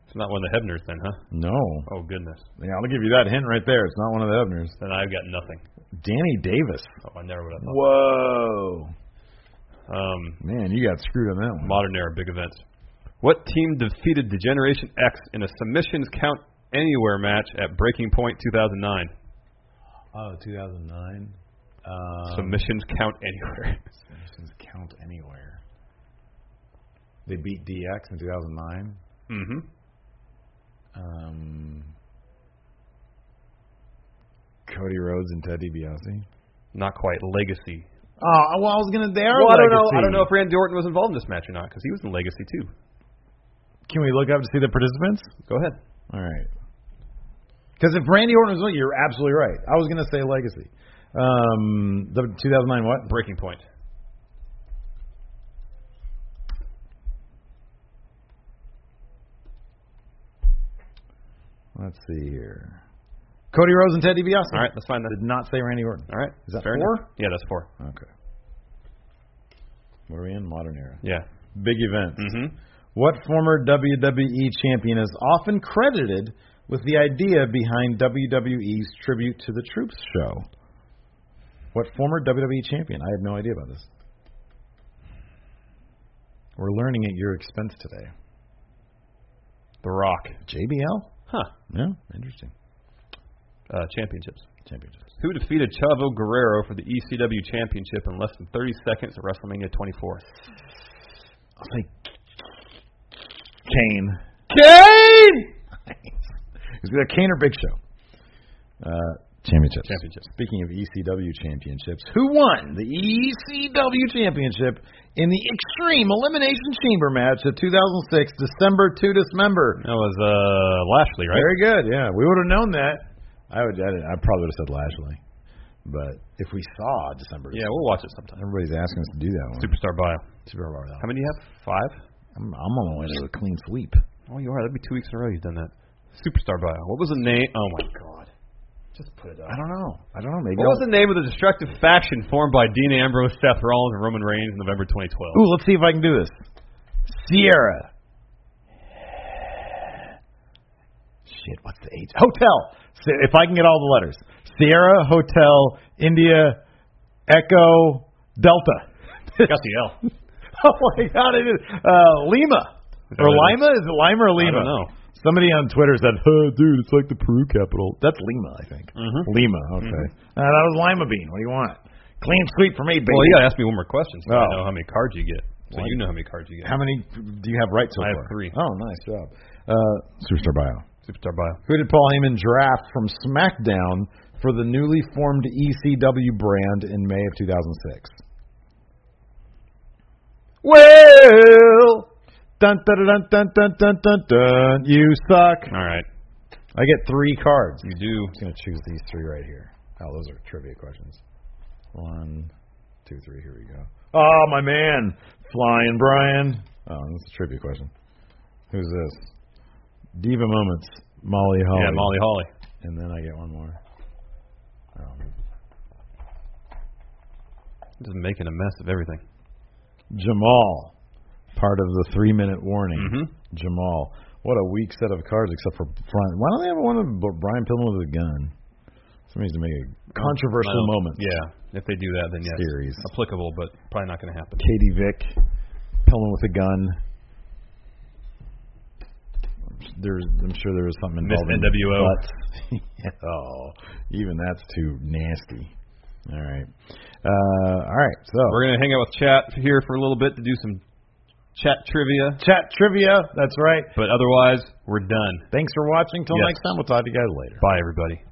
Speaker 2: It's not one of the Hebners then, huh?
Speaker 1: No.
Speaker 2: Oh goodness.
Speaker 1: Yeah, I'll give you that hint right there. It's not one of the Ebners.
Speaker 2: Then I've got nothing.
Speaker 1: Danny Davis.
Speaker 2: Oh, I never would have thought.
Speaker 1: Whoa.
Speaker 2: Um,
Speaker 1: Man, you got screwed on that one.
Speaker 2: modern era big events. What team defeated Degeneration X in a submissions count anywhere match at Breaking Point 2009?
Speaker 1: Oh, 2009.
Speaker 2: Um. submissions count anywhere. <laughs>
Speaker 1: Submissions count anywhere. They beat DX in 2009.
Speaker 2: mm-hmm.
Speaker 1: Um, Cody Rhodes and Ted DiBiase.
Speaker 2: Not quite legacy.
Speaker 1: Oh, well, I was gonna. They are
Speaker 2: Well, I don't know.
Speaker 1: legacy.
Speaker 2: I don't know if Randy Orton was involved in this match or not because he was in Legacy too.
Speaker 1: Can we look up to see the participants?
Speaker 2: Go ahead.
Speaker 1: All right. Because if Randy Orton was, you're absolutely right. I was gonna say legacy. Um, the 2009 what?
Speaker 2: Breaking Point.
Speaker 1: Let's see here. Cody Rhodes and Ted DiBiase.
Speaker 2: All right, let's find that.
Speaker 1: Did not say Randy Orton.
Speaker 2: All right,
Speaker 1: Is that
Speaker 2: fair
Speaker 1: four?
Speaker 2: enough. Yeah, that's four.
Speaker 1: Okay. What are we in? Modern era.
Speaker 2: Yeah.
Speaker 1: Big events.
Speaker 2: Mm-hmm.
Speaker 1: What former WWE champion is often credited with the idea behind WWE's Tribute to the Troops show? What former WWE champion? I have no idea about this. We're learning at your expense today.
Speaker 2: The Rock.
Speaker 1: JBL?
Speaker 2: Huh.
Speaker 1: Yeah, interesting.
Speaker 2: Uh, championships.
Speaker 1: Championships.
Speaker 2: Who defeated Chavo Guerrero for the ECW championship in less than 30 seconds at WrestleMania 24?
Speaker 1: I'll say Kane. <laughs>
Speaker 2: Kane!
Speaker 1: It's either Kane or Big Show. Uh, championships.
Speaker 2: Championships.
Speaker 1: Speaking of ECW championships, who won the ECW championship in the Extreme Elimination Chamber match of 2006 December 2 Dismember?
Speaker 2: That was uh, Lashley, right?
Speaker 1: Very good. Yeah, we would have known that. I would. I, I probably would have said Lashley, but if we saw December,
Speaker 2: Yeah, we'll watch it sometime.
Speaker 1: everybody's asking us to do that one.
Speaker 2: Superstar bio.
Speaker 1: Super Bowl, that
Speaker 2: How
Speaker 1: one.
Speaker 2: many do you have? Five?
Speaker 1: I'm, I'm on the way to a clean sweep.
Speaker 2: Oh, you are. That'd be two weeks in a row you've done that. Superstar bio. What was the name? Oh, my God. Just put it up.
Speaker 1: I don't know. I don't know. Maybe.
Speaker 2: What
Speaker 1: I'll-
Speaker 2: was the name of the destructive faction formed by Dean Ambrose, Seth Rollins, and Roman Reigns in November 2012?
Speaker 1: Ooh, let's see if I can do this. Sierra. Shit, what's the H? Hotel. Si- If I can get all the letters. Sierra, Hotel, India, Echo, Delta.
Speaker 2: Got the L.
Speaker 1: <laughs> oh my God, it is. Uh, Lima.
Speaker 2: that
Speaker 1: Or
Speaker 2: what it
Speaker 1: Lima? Is it Lima or Lima?
Speaker 2: I don't know.
Speaker 1: Somebody on Twitter said, huh, dude, it's like the Peru capital. That's Lima, I think.
Speaker 2: Mhm.
Speaker 1: Lima, okay. Uh, that was Lima Bean. What do you want? Clean sweep for me, baby.
Speaker 2: Mm-hmm. Well, you got to ask me one more question so I
Speaker 1: Oh.
Speaker 2: know how many cards you get. So
Speaker 1: What?
Speaker 2: you know how many cards you get.
Speaker 1: How many do you have right so
Speaker 2: I
Speaker 1: far?
Speaker 2: have three.
Speaker 1: Oh, nice job. Uh, Superstar Bio.
Speaker 2: Superstar bio.
Speaker 1: Who did Paul Heyman draft from SmackDown for the newly formed ECW brand in May of 2006? Well, dun dun dun dun dun dun dun dun. You suck.
Speaker 2: All right.
Speaker 1: I get three cards.
Speaker 2: You do.
Speaker 1: I'm just gonna choose these three right here. Oh, those are trivia questions. One, two, three. Here we go.
Speaker 3: Oh, my man, Flying Brian.
Speaker 1: Oh, this is a trivia question. Who's this? Diva Moments, Molly Holly.
Speaker 2: Yeah, Molly Holly.
Speaker 1: And then I get one more. Oh.
Speaker 2: Just making a mess of everything.
Speaker 1: Jamal, part of the three minute warning.
Speaker 2: Mhm.
Speaker 1: Jamal. What a weak set of cards, except for Brian. Why don't they have one of B- Brian Pillman with a gun? Somebody needs to make a
Speaker 2: I
Speaker 1: controversial
Speaker 2: don't-
Speaker 1: moment.
Speaker 2: Yeah. If they do that, then yes.
Speaker 1: Series.
Speaker 2: Applicable, but probably not going to happen.
Speaker 1: Katie Vick, Pillman with a gun. There's, I'm sure there was something
Speaker 2: Miss
Speaker 1: involving
Speaker 2: NWO.
Speaker 1: <laughs> butts. oh, even that's too nasty. All right, uh, all right. So
Speaker 2: We're going to hang out with chat here for a little bit to do some chat trivia.
Speaker 1: chat trivia. That's right.
Speaker 2: But otherwise, we're done.
Speaker 1: Thanks for watching. Till
Speaker 2: Yes.
Speaker 1: next time, we'll talk to you guys later.
Speaker 2: Bye, everybody.